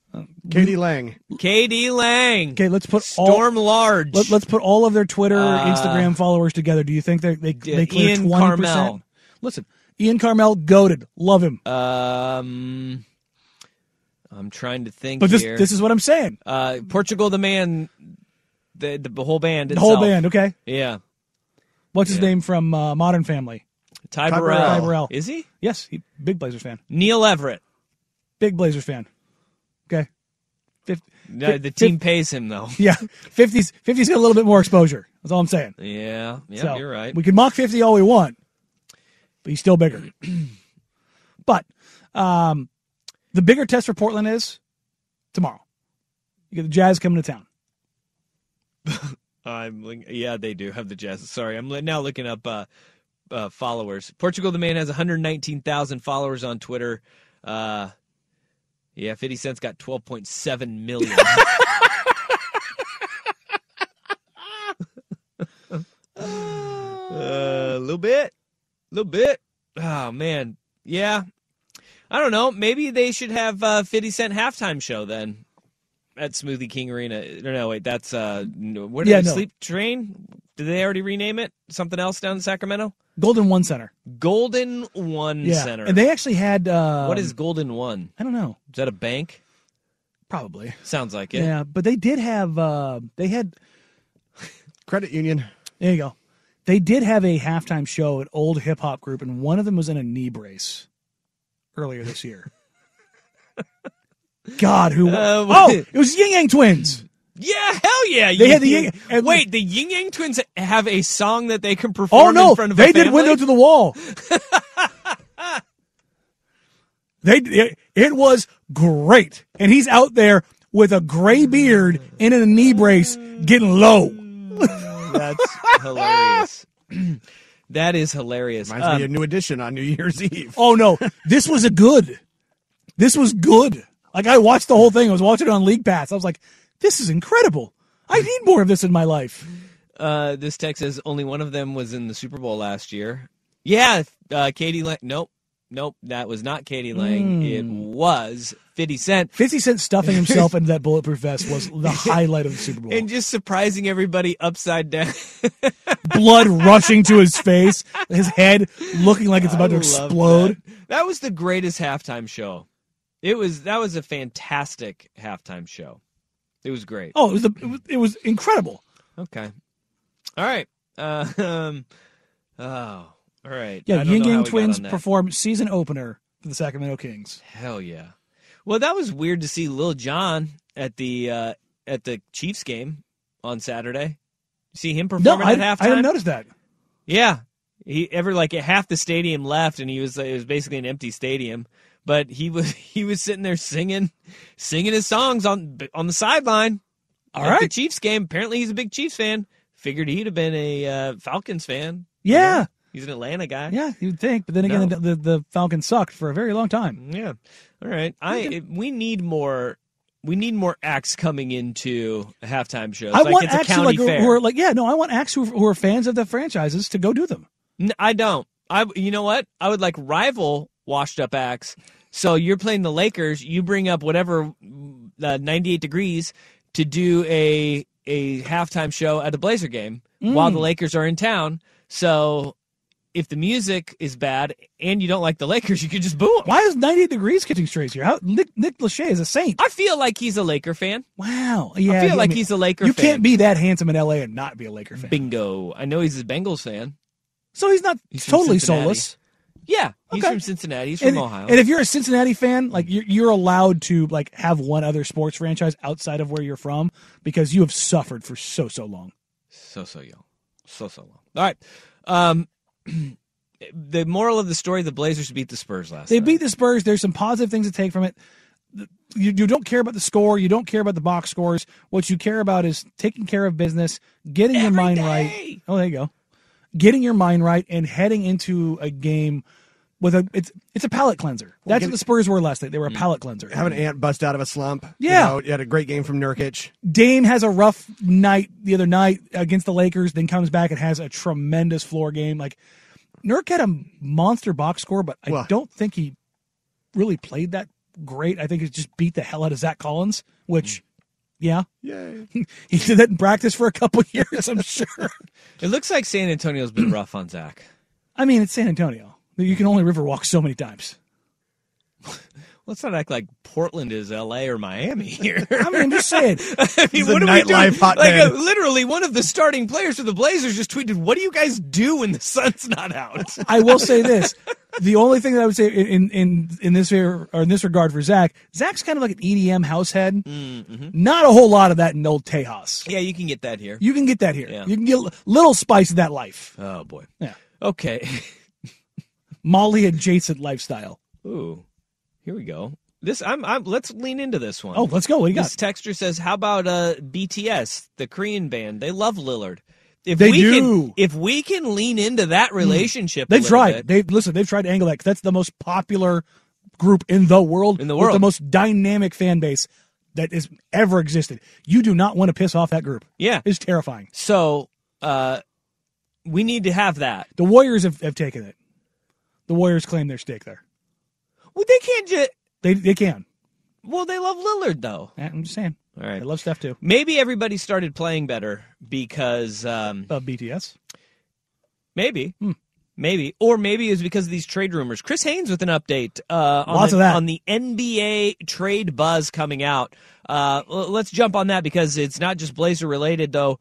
[SPEAKER 5] Katie Lang.
[SPEAKER 3] KD Lang.
[SPEAKER 4] Okay, let's put
[SPEAKER 3] Storm
[SPEAKER 4] all
[SPEAKER 3] Large.
[SPEAKER 4] let, us put all of their Twitter,
[SPEAKER 3] Uh,
[SPEAKER 4] Instagram followers together. Do you think they they
[SPEAKER 3] Yeah,
[SPEAKER 4] they clear
[SPEAKER 3] Ian
[SPEAKER 4] twenty percent?
[SPEAKER 3] Carmel.
[SPEAKER 4] Listen, Ian Carmel, goaded, love him.
[SPEAKER 3] um, I'm trying to think
[SPEAKER 4] but this
[SPEAKER 3] here.
[SPEAKER 4] this is what I'm saying.
[SPEAKER 3] uh, Portugal the Man, the, the whole band.
[SPEAKER 4] The whole
[SPEAKER 3] itself.
[SPEAKER 4] band, okay.
[SPEAKER 3] Yeah.
[SPEAKER 4] What's his
[SPEAKER 3] Yeah.
[SPEAKER 4] name from uh, Modern Family?
[SPEAKER 3] Ty,
[SPEAKER 5] Ty
[SPEAKER 3] Burrell.
[SPEAKER 4] Ty Burrell.
[SPEAKER 3] Is he?
[SPEAKER 4] Yes, he, big Blazers fan.
[SPEAKER 3] Neil Everett.
[SPEAKER 4] Big Blazers fan. Okay. 50,
[SPEAKER 3] No, Uh, the team pays him, though.
[SPEAKER 4] yeah, 50's 50's got a little bit more exposure. That's all I'm saying.
[SPEAKER 3] Yeah, yeah,
[SPEAKER 4] So,
[SPEAKER 3] you're right.
[SPEAKER 4] We can mock 50 all we want, but he's still bigger. but um, the bigger test for Portland is tomorrow. You get the Jazz coming to town.
[SPEAKER 3] I'm link- yeah, they do have the Jazz. Sorry, I'm li- now looking up uh, uh, followers. Portugal the man has 119,000 followers on Twitter. Uh, yeah, 50 Cent's got 12.7 million. A Uh, little bit, a little bit. Oh man, yeah. I don't know. Maybe they should have uh, 50 Cent halftime show then at Smoothie King Arena. No, no, wait, that's uh, no, where did
[SPEAKER 4] Yeah,
[SPEAKER 3] they
[SPEAKER 4] no.
[SPEAKER 3] Sleep Train? Did they already rename it something else down in Sacramento?
[SPEAKER 4] Golden One Center.
[SPEAKER 3] Golden One
[SPEAKER 4] yeah.
[SPEAKER 3] Center.
[SPEAKER 4] And they actually had. Uh,
[SPEAKER 3] what is Golden One?
[SPEAKER 4] I don't know.
[SPEAKER 3] Is that a bank?
[SPEAKER 4] Probably.
[SPEAKER 3] Sounds like it.
[SPEAKER 4] Yeah. but they did have. Uh, they had.
[SPEAKER 5] Credit union.
[SPEAKER 4] There you go. They did have a halftime show at old hip hop group, and one of them was in a knee brace earlier this year. God, who?
[SPEAKER 3] Uh,
[SPEAKER 4] oh, it was Ying Yang Twins.
[SPEAKER 3] Yeah, hell yeah.
[SPEAKER 4] They had the
[SPEAKER 3] Ying-
[SPEAKER 4] Ying- and-
[SPEAKER 3] Wait, the Ying Yang Twins have a song that they can perform
[SPEAKER 4] Oh no,
[SPEAKER 3] in front of
[SPEAKER 4] they
[SPEAKER 3] a
[SPEAKER 4] did
[SPEAKER 3] family?
[SPEAKER 4] window to the wall. they it, it was great, and he's out there with a gray beard and in a knee brace, getting low.
[SPEAKER 3] That's hilarious. that is hilarious.
[SPEAKER 5] Reminds me of New Edition on New Year's Eve.
[SPEAKER 4] Oh no, this was a good. This was good. Like I watched the whole thing. I was watching it on League Pass. I was like, this is incredible. I need more of this in my life.
[SPEAKER 3] Uh, this text says only one of them was in the Super Bowl last year. Yeah, uh, Katie Lang. Nope, nope, that was not Katie
[SPEAKER 4] Hmm.
[SPEAKER 3] Lang. It was Fifty Cent,
[SPEAKER 4] Fifty Cent stuffing himself into that bulletproof vest was the highlight of the Super Bowl.
[SPEAKER 3] and just surprising everybody upside down.
[SPEAKER 4] blood rushing to his face, his head looking like it's about to
[SPEAKER 3] I love
[SPEAKER 4] explode.
[SPEAKER 3] That. That was the greatest halftime show. It was that was a fantastic halftime show. It was great.
[SPEAKER 4] Oh, it was, the, it was it was incredible.
[SPEAKER 3] Okay. All right. Uh, um. Oh. All right. I
[SPEAKER 4] Yeah,
[SPEAKER 3] don't
[SPEAKER 4] Ying
[SPEAKER 3] know how
[SPEAKER 4] Yang
[SPEAKER 3] we got
[SPEAKER 4] Twins
[SPEAKER 3] on that.
[SPEAKER 4] perform season opener for the Sacramento Kings.
[SPEAKER 3] Hell yeah. Well, that was weird to see Lil John at the uh, at the Chiefs game on Saturday. See him
[SPEAKER 4] No,
[SPEAKER 3] performing
[SPEAKER 4] I,
[SPEAKER 3] at halftime.
[SPEAKER 4] I didn't notice that.
[SPEAKER 3] Yeah, he ever like half the stadium left, and he was it was basically an empty stadium. But he was he was sitting there singing, singing his songs on on the sideline.
[SPEAKER 4] All
[SPEAKER 3] at the
[SPEAKER 4] right.
[SPEAKER 3] Chiefs game. Apparently, he's a big Chiefs fan. Figured he'd have been a uh, Falcons fan.
[SPEAKER 4] Yeah.
[SPEAKER 3] He's an Atlanta guy.
[SPEAKER 4] Yeah, you'd think, but then again,
[SPEAKER 3] No.
[SPEAKER 4] the, the Falcons sucked for a very long time.
[SPEAKER 3] Yeah. All right. I it- we need more. We need more acts coming into halftime shows.
[SPEAKER 4] I
[SPEAKER 3] like
[SPEAKER 4] want
[SPEAKER 3] it's a
[SPEAKER 4] acts who
[SPEAKER 3] county
[SPEAKER 4] like who
[SPEAKER 3] fair.
[SPEAKER 4] are like yeah no I want acts who, who are fans of the franchises to go do them.
[SPEAKER 3] N- I don't. I you know what? I would like rival washed up acts. So you're playing the Lakers. You bring up whatever uh, 98 degrees to do a a halftime show at a Blazer game while
[SPEAKER 4] Mm.
[SPEAKER 3] the Lakers are in town. So if the music is bad and you don't like the Lakers, you could just boo them.
[SPEAKER 4] Why is 98 degrees kitchen strays here? How, Nick Nick Lachey is a saint.
[SPEAKER 3] I feel like he's a Laker fan.
[SPEAKER 4] Wow, yeah,
[SPEAKER 3] I feel
[SPEAKER 4] yeah,
[SPEAKER 3] like he's a Laker
[SPEAKER 4] You
[SPEAKER 3] fan.
[SPEAKER 4] can't be that handsome in LA and not be a Laker fan.
[SPEAKER 3] Bingo. I know he's a Bengals fan.
[SPEAKER 4] So he's not
[SPEAKER 3] He's from
[SPEAKER 4] totally
[SPEAKER 3] Cincinnati.
[SPEAKER 4] soulless.
[SPEAKER 3] Yeah, he's
[SPEAKER 4] Okay.
[SPEAKER 3] from Cincinnati. He's from
[SPEAKER 4] and,
[SPEAKER 3] Ohio.
[SPEAKER 4] and if you're a Cincinnati fan, like you're, you're allowed to like have one other sports franchise outside of where you're from because you have suffered for so so long.
[SPEAKER 3] so so young, so so long. All right. Um, the moral of the story: the Blazers beat the Spurs last.
[SPEAKER 4] They
[SPEAKER 3] night.
[SPEAKER 4] beat the Spurs. There's some positive things to take from it. You, you don't care about the score. You don't care about the box scores. What you care about is taking care of business, getting your
[SPEAKER 3] Every
[SPEAKER 4] mind
[SPEAKER 3] day.
[SPEAKER 4] right. Oh, there you go. Getting your mind right and heading into a game with a it's it's a palate cleanser. That's what the Spurs were last night.
[SPEAKER 3] Mm.
[SPEAKER 4] They were a palate cleanser.
[SPEAKER 5] Have an ant bust out of a slump.
[SPEAKER 4] Yeah.
[SPEAKER 5] You, know, you had a great game from Nurkic.
[SPEAKER 4] Dame has a rough night the other night against the Lakers, then comes back and has a tremendous floor game. Like Nurk had a monster box score, but I
[SPEAKER 5] Well-
[SPEAKER 4] don't think he really played that great. I think he just beat the hell out of Zach Collins, which yeah. he did that in practice for a couple years, I'm sure.
[SPEAKER 3] It looks like San Antonio's been rough on Zach.
[SPEAKER 4] I mean, it's San Antonio. You can only riverwalk so many times.
[SPEAKER 3] Let's not act like Portland is L.A. or Miami here.
[SPEAKER 4] I mean, I'm just saying.
[SPEAKER 3] I mean,
[SPEAKER 5] a
[SPEAKER 3] what are we doing?
[SPEAKER 5] nightlife
[SPEAKER 3] like,
[SPEAKER 5] hotbed.
[SPEAKER 3] uh, literally, one of the starting players for the Blazers just tweeted, "What do you guys do when the sun's not out?"
[SPEAKER 4] I will say this. the only thing that I would say in in in this here, or in this regard for Zach, Zach's kind of like an E EDM house head. Not a whole lot of that in old Tejas.
[SPEAKER 3] Mm-hmm. Yeah, you can get that here.
[SPEAKER 4] You can get that here.
[SPEAKER 3] Yeah.
[SPEAKER 4] You can get a little spice of that life.
[SPEAKER 3] Oh boy.
[SPEAKER 4] Yeah.
[SPEAKER 3] Okay.
[SPEAKER 4] Molly adjacent lifestyle.
[SPEAKER 3] Ooh, here we go. This I'm I'm let's lean into this one.
[SPEAKER 4] Oh, let's go. What do you got?
[SPEAKER 3] this texture says, "How about uh BTS, the Korean band? They love Lillard. If
[SPEAKER 4] They
[SPEAKER 3] we
[SPEAKER 4] do. Mm.
[SPEAKER 3] Can, if we can lean into that relationship, a
[SPEAKER 4] They've
[SPEAKER 3] little
[SPEAKER 4] tried.
[SPEAKER 3] bit-
[SPEAKER 4] They listen. They've tried to angle that. 'cause That's the most popular group in the world.
[SPEAKER 3] In the
[SPEAKER 4] with the
[SPEAKER 3] world.
[SPEAKER 4] most dynamic fan base that has ever existed. You do not want to piss off that group.
[SPEAKER 3] yeah.
[SPEAKER 4] It's terrifying.
[SPEAKER 3] So, uh, we need to have that.
[SPEAKER 4] The Warriors have, have taken it. The Warriors claim their stake there.
[SPEAKER 3] Well, they can't just.
[SPEAKER 4] They they can.
[SPEAKER 3] Well, they love Lillard though.
[SPEAKER 4] Eh, I'm just saying.
[SPEAKER 3] All
[SPEAKER 4] I
[SPEAKER 3] right.
[SPEAKER 4] love stuff too.
[SPEAKER 3] Maybe everybody started playing better because um,
[SPEAKER 4] Uh, BTS.
[SPEAKER 3] Maybe.
[SPEAKER 4] Hmm.
[SPEAKER 3] Maybe. Or maybe it was because of these trade rumors. Chris Haynes with an update uh, on,
[SPEAKER 4] Lots
[SPEAKER 3] the,
[SPEAKER 4] of that.
[SPEAKER 3] on the NBA trade buzz coming out. Uh, l- let's jump on that because it's not just Blazer related, though.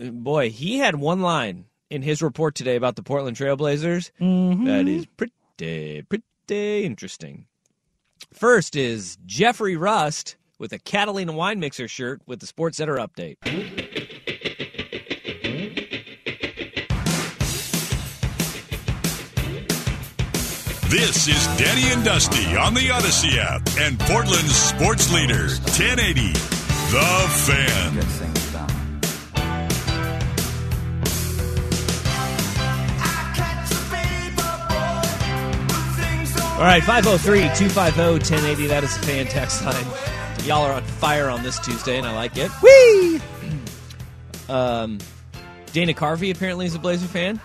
[SPEAKER 3] Uh, Boy, he had one line in his report today about the Portland Trailblazers
[SPEAKER 4] Mm-hmm.
[SPEAKER 3] that is pretty, pretty interesting. First is Jeffrey Rust with a Catalina Wine Mixer shirt with the Sports Center update.
[SPEAKER 2] This is Danny and Dusty on the Odyssey app and Portland's sports leader, 1080, The Fan.
[SPEAKER 3] All right, 503-250-1080. That is the fan text line. Y'all are on fire on this Tuesday, and I like it.
[SPEAKER 4] Whee!
[SPEAKER 3] Um, Dana Carvey apparently is a Blazer fan.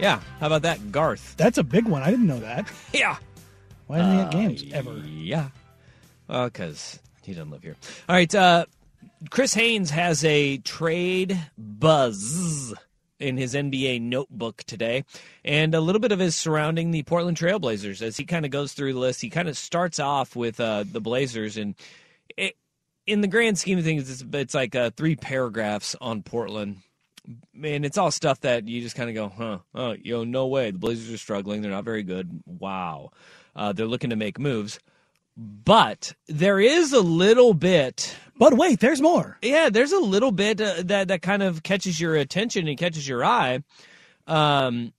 [SPEAKER 3] Yeah, how about that, Garth?
[SPEAKER 4] That's a big one. I didn't know that.
[SPEAKER 3] Yeah,
[SPEAKER 4] Why didn't they have games ever?
[SPEAKER 3] Uh, yeah. Because he doesn't live here. All right, uh, Chris Haynes has a trade buzz in his NBA notebook today, and a little bit of his surrounding the Portland Trailblazers as he kind of goes through the list. He kind of starts off with uh, the Blazers, and it, in the grand scheme of things, it's, it's like uh, three paragraphs on Portland. And it's all stuff that you just kind of go, huh? Oh, yo, no way. The Blazers are struggling. They're not very good. Wow. Uh, they're looking to make moves. But there is a little bit
[SPEAKER 4] But wait, there's more.
[SPEAKER 3] yeah, there's a little bit uh, that that kind of catches your attention and catches your eye um,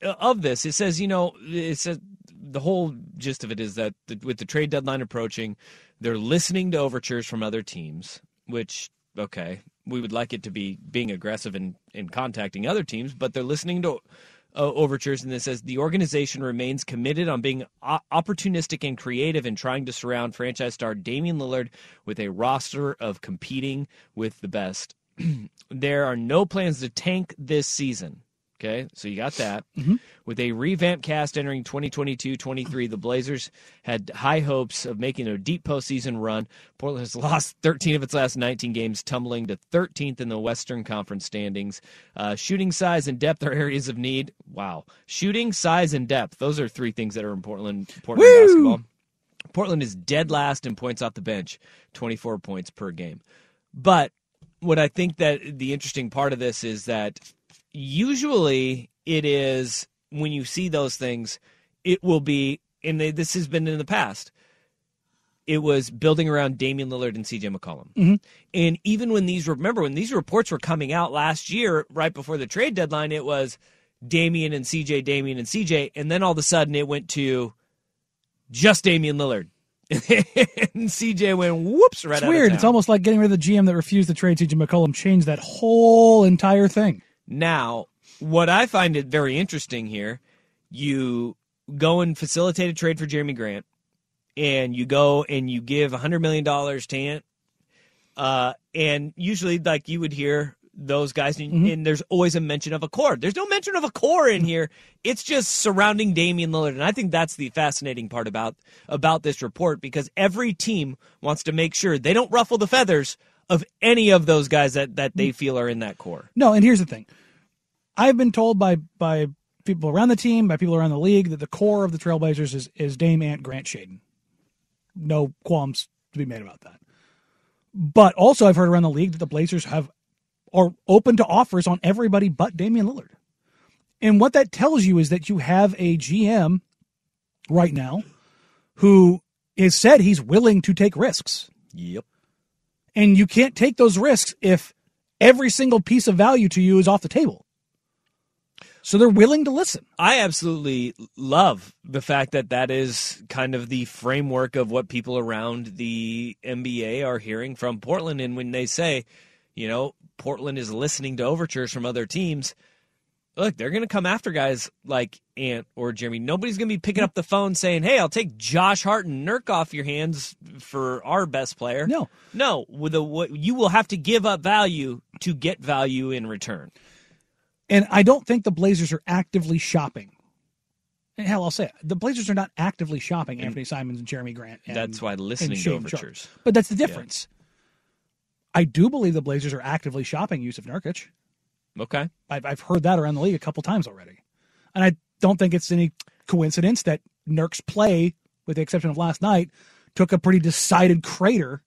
[SPEAKER 3] uh, of this. It says, you know, it says the whole gist of it is that the, with the trade deadline approaching, they're listening to overtures from other teams, which okay, we would like it to be being aggressive and in contacting other teams, but they're listening to. Uh, overtures and it says the organization remains committed on being o- opportunistic and creative in trying to surround franchise star Damian Lillard with a roster of competing with the best there are no plans to tank this season. Okay, so you got that. With a revamped cast entering 2022 23, the Blazers had high hopes of making a deep postseason run. Portland has lost 13 of its last 19 games, tumbling to 13th in the Western Conference standings. Uh, shooting size and depth are areas of need. Wow. Shooting size and depth, those are three things that are in Portland, Portland basketball. Portland is dead last in points off the bench, 24 points per game. But what I think that the interesting part of this is that usually it is when you see those things, it will be, and they, this has been in the past. It was building around Damian Lillard and CJ McCollum.
[SPEAKER 4] Mm-hmm.
[SPEAKER 3] And even when these, remember, when these reports were coming out last year, right before the trade deadline, it was Damian and CJ, Damian and CJ. And then all of a sudden it went to just Damian Lillard. and CJ went whoops right
[SPEAKER 4] It's
[SPEAKER 3] out of
[SPEAKER 4] weird. It's
[SPEAKER 3] town.
[SPEAKER 4] almost like getting rid of the GM that refused to trade CJ McCollum changed that whole entire thing.
[SPEAKER 3] Now, what I find it very interesting here, you go and facilitate a trade for Jeremy Grant, and you go and you give hundred million dollars to Ant, uh, and usually like you would hear those guys, and, and there's always a mention of a core. There's no mention of a core in here. It's just surrounding Damian Lillard, and I think that's the fascinating part about about this report because every team wants to make sure they don't ruffle the feathers of any of those guys that that they feel are in that core.
[SPEAKER 4] No, and here's the thing. I've been told by by people around the team, by people around the league, that the core of the Trailblazers is, is Dame Ant Grant Shaden. No qualms to be made about that. But also I've heard around the league that the Blazers have are open to offers on everybody but Damian Lillard. And what that tells you is that you have a GM right now who has said he's willing to take risks.
[SPEAKER 3] Yep.
[SPEAKER 4] And you can't take those risks if every single piece of value to you is off the table. So they're willing to listen.
[SPEAKER 3] I absolutely love the fact that that is kind of the framework of what people around the NBA are hearing from Portland. And when they say, you know, Portland is listening to overtures from other teams, look, they're going to come after guys like Ant or Jeremy. Nobody's going to be picking up the phone saying, hey, I'll take Josh Hart and Nurk off your hands for our best player.
[SPEAKER 4] No.
[SPEAKER 3] No. With a, what, you will have to give up value to get value in return.
[SPEAKER 4] And I don't think the Blazers are actively shopping. And hell, I'll say it. The Blazers are not actively shopping Anthony Simons and Jeremy Grant. And,
[SPEAKER 3] That's why listening
[SPEAKER 4] and
[SPEAKER 3] to
[SPEAKER 4] Shane Sharp.
[SPEAKER 3] overtures.
[SPEAKER 4] But that's the difference. I do believe the Blazers are actively shopping Yusuf Nurkic.
[SPEAKER 3] Okay.
[SPEAKER 4] I've, I've heard that around the league a couple times already. And I don't think it's any coincidence that Nurk's play, with the exception of last night, took a pretty decided crater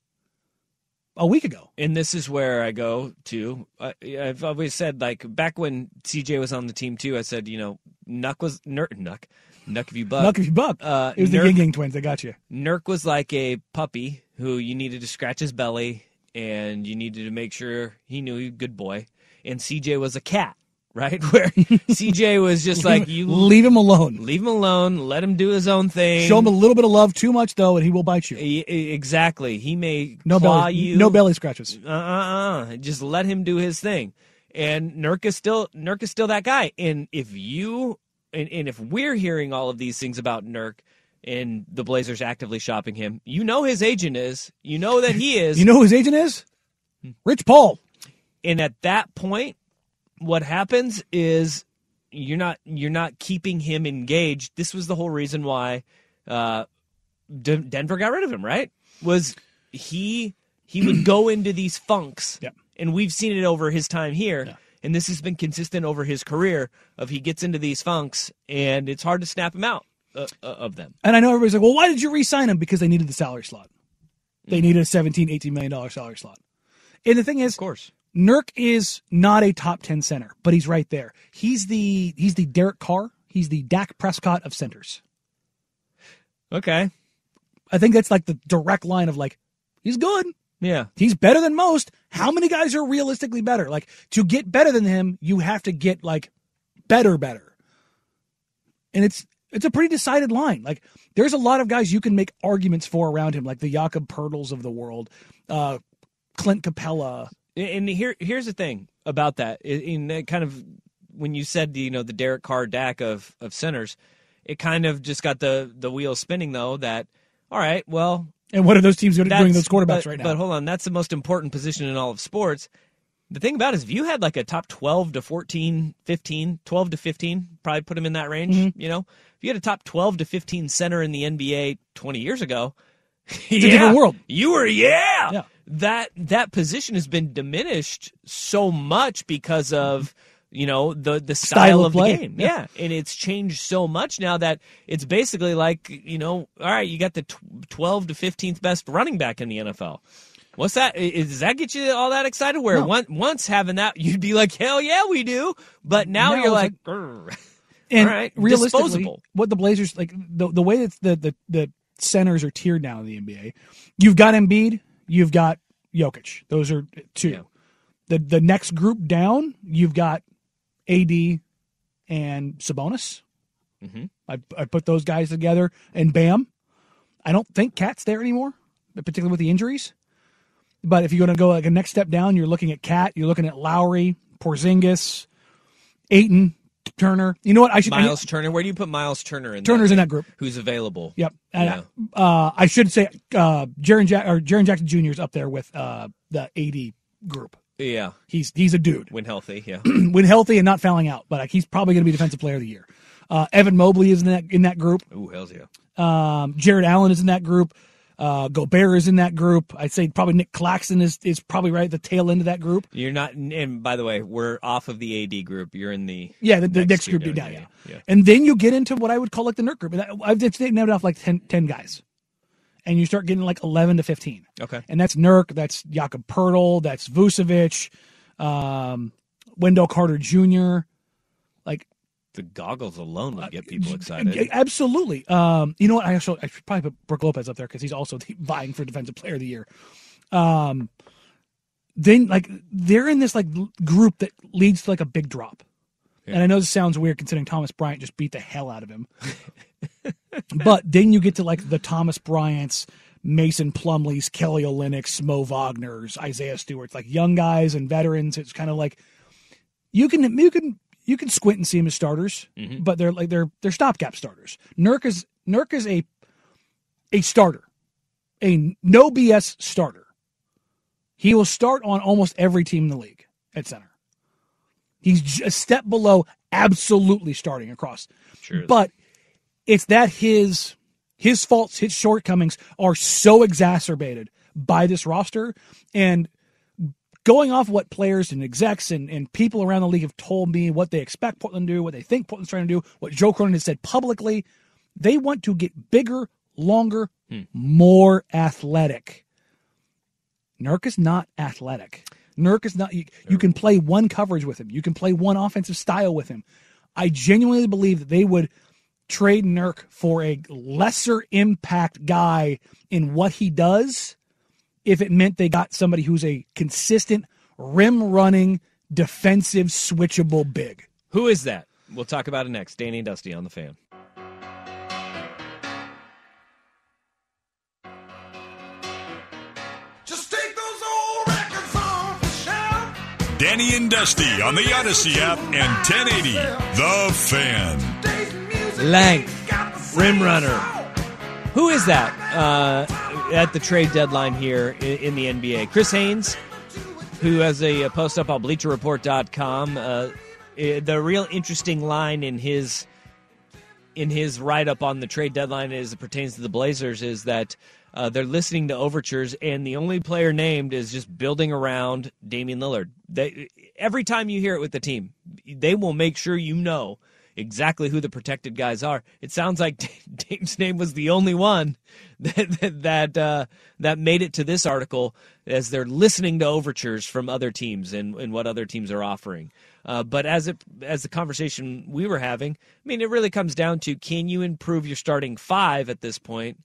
[SPEAKER 4] a week ago.
[SPEAKER 3] And this is where I go to. I, I've always said, like back when CJ was on the team too, I said, you know, Nuck was Nur, Nuck, Nuck if you buck,
[SPEAKER 4] Nuck if you buck.
[SPEAKER 3] Uh,
[SPEAKER 4] it was
[SPEAKER 3] Nurk-
[SPEAKER 4] the Ying Yang twins that got you.
[SPEAKER 3] Nurk was like a puppy who you needed to scratch his belly and you needed to make sure he knew he was a good boy. And CJ was a cat, right? Where CJ was just like you
[SPEAKER 4] Leave him alone.
[SPEAKER 3] leave him alone, let him do his own thing.
[SPEAKER 4] Show him a little bit of love too much, though, and he will bite you.
[SPEAKER 3] E- e- exactly. He may
[SPEAKER 4] No
[SPEAKER 3] claw
[SPEAKER 4] belly,
[SPEAKER 3] you.
[SPEAKER 4] no belly scratches.
[SPEAKER 3] uh, uh, uh, just let him do his thing. And Nurk is still Nurk is still that guy. And if you and, and if we're hearing all of these things about Nurk and the Blazers actively shopping him, you know his agent is. You know that he is. Hmm.
[SPEAKER 4] You know who his agent is? Rich Paul.
[SPEAKER 3] and at that point, what happens is you're not you're not keeping him engaged. This was the whole reason why uh, D- Denver got rid of him. Right? Was he he would go into these funks,
[SPEAKER 4] Yep.
[SPEAKER 3] and we've seen it over his time here. And this has been consistent over his career. Of he gets into these funks, and it's hard to snap him out uh, uh, of them.
[SPEAKER 4] And I know everybody's like, well, why did you re sign him? Because they needed the salary slot. They needed a $17, 18 million dollar salary slot. And the thing is,
[SPEAKER 3] Mm-hmm. Of course,
[SPEAKER 4] Nurk is not a top 10 center, but he's right there. He's the he's the Derek Carr. He's the Dak Prescott of centers.
[SPEAKER 3] okay,
[SPEAKER 4] I think that's like the direct line of like, he's good.
[SPEAKER 3] yeah.
[SPEAKER 4] He's better than most. How many guys are realistically better? Like to get better than him, you have to get like better, better. And it's it's a pretty decided line. Like there's a lot of guys you can make arguments for around him, like the Jakob Pertles of the world, uh, Clint Capella.
[SPEAKER 3] And here, here's the thing about that. In- In that kind of when you said you know the Derek Carr Dak of of centers, it kind of just got the the wheels spinning though. That all right, well,
[SPEAKER 4] And what are those teams doing?
[SPEAKER 3] that's,
[SPEAKER 4] Those quarterbacks
[SPEAKER 3] but,
[SPEAKER 4] right now.
[SPEAKER 3] But hold on, that's the most important position in all of sports. The thing about it is if you had like a top 12 to 14, 15, 12 to 15, probably put him in that range,
[SPEAKER 4] Mm-hmm.
[SPEAKER 3] you know? If you had a top 12 to 15 center in the NBA 20 years ago, it's
[SPEAKER 4] different world.
[SPEAKER 3] You were yeah.
[SPEAKER 4] Yeah.
[SPEAKER 3] That that position has been diminished so much because of you know the the style,
[SPEAKER 4] of
[SPEAKER 3] of
[SPEAKER 4] play.
[SPEAKER 3] the game.
[SPEAKER 4] Yeah.
[SPEAKER 3] yeah and it's changed so much now that it's basically like you know all right you got the tw- 12 to 15th best running back in the nfl what's that i- is, does that get you all that excited where
[SPEAKER 4] No.
[SPEAKER 3] once, once having that you'd be like hell yeah we do but now,
[SPEAKER 4] Now
[SPEAKER 3] you're
[SPEAKER 4] it's
[SPEAKER 3] like
[SPEAKER 4] like-
[SPEAKER 3] "Grr."
[SPEAKER 4] And
[SPEAKER 3] All right,
[SPEAKER 4] realistically,
[SPEAKER 3] disposable.
[SPEAKER 4] what the Blazers like the the way that the, the the centers are tiered now in the NBA, you've got Embiid, you've got Jokic. Those are two.
[SPEAKER 3] Yeah.
[SPEAKER 4] The the next group down, you've got AD and Sabonis.
[SPEAKER 3] Mhm.
[SPEAKER 4] I I put those guys together, and bam, I don't think Cat's there anymore, particularly with the injuries. But if you're going to go like a next step down, you're looking at Cat, you're looking at Lowry, Porzingis, Aiton, Turner. You know what? I should I-
[SPEAKER 3] miles turner where do you put miles turner in
[SPEAKER 4] Turner's
[SPEAKER 3] that?
[SPEAKER 4] in that group.
[SPEAKER 3] who's available
[SPEAKER 4] Yep. And, Uh, I should say uh, Jaron Jack or Jaron Jackson Jr. is up there with uh, the AD group.
[SPEAKER 3] yeah
[SPEAKER 4] He's he's a dude
[SPEAKER 3] when healthy yeah
[SPEAKER 4] when healthy and not fouling out, but like, he's probably going to be defensive player of the year. Uh, Evan Mobley is in that in that group.
[SPEAKER 3] Ooh, hell's yeah
[SPEAKER 4] Um, Jared Allen is in that group. Uh, Gobert is in that group. I'd say probably Nick Claxton is is probably right at the tail end of that group.
[SPEAKER 3] you're not and by the way we're off of the ad group you're in the
[SPEAKER 4] Yeah, the, the next, group down, yeah,
[SPEAKER 3] yeah
[SPEAKER 4] And then you get into what I would call like the nerd group. And I- I've just named off like 10, 10 guys. And you start getting like 11 to 15.
[SPEAKER 3] okay
[SPEAKER 4] And that's Nurk, that's Jakob Pertl, that's Vucevic, um, Wendell Carter Jr. Like
[SPEAKER 3] the goggles alone
[SPEAKER 4] Uh,
[SPEAKER 3] would get people excited.
[SPEAKER 4] Yeah, Absolutely. Um, you know what? I actually I should probably put Brooke Lopez up there because he's also the, vying for Defensive Player of the Year. Um, then like they're in this like l- group that leads to like a big drop, and I know this sounds weird considering Thomas Bryant just beat the hell out of him, but then you get to like the Thomas Bryant's. Mason Plumleys, Kelly Olynyk, Smo Wagner's, Isaiah Stewart's, like young guys and veterans. It's kind of like you can you can you can squint and see him as starters,
[SPEAKER 3] Mm-hmm.
[SPEAKER 6] Mhm.
[SPEAKER 4] but they're like they're they're stopgap starters. Nurk is Nurk is a a starter, a no BS starter. He will start on almost every team in the league at center. He's j- a step below absolutely starting across.
[SPEAKER 3] Sure is.
[SPEAKER 4] But it's that his his faults, his shortcomings are so exacerbated by this roster and going off what players and execs and, and people around the league have told me, what they expect Portland to do, what they think Portland's trying to do, what Joe Cronin has said publicly, they want to get bigger, longer, more athletic. Nurk is not athletic. Nurk is not. You, you can play one coverage with him. You can play one offensive style with him. I genuinely believe that they would trade Nurk for a lesser impact guy in what he does if it meant they got somebody who's a consistent rim running defensive switchable big.
[SPEAKER 3] Who is that? We'll talk about it next. Danny and Dusty on the fan.
[SPEAKER 7] Just take those old records off the shelf.
[SPEAKER 2] Danny and Dusty on the Odyssey app and 1080 The Fan.
[SPEAKER 3] Length, rim runner. Who is that uh, at the trade deadline here i- in, the NBA? Chris Haynes, who has a, uh post up on BleacherReport.com. Uh, i- the real interesting line in his in his write up on the trade deadline as it pertains to the Blazers is that uh, they're listening to overtures, and the only player named is just building around Damian Lillard. They, every time you hear it with the team, they will make sure you know exactly who the protected guys are. It sounds like Dame's name was the only one that that that, uh, that made it to this article as they're listening to overtures from other teams and, and what other teams are offering. Uh, but as it as the conversation we were having, I mean, it really comes down to can you improve your starting five at this point?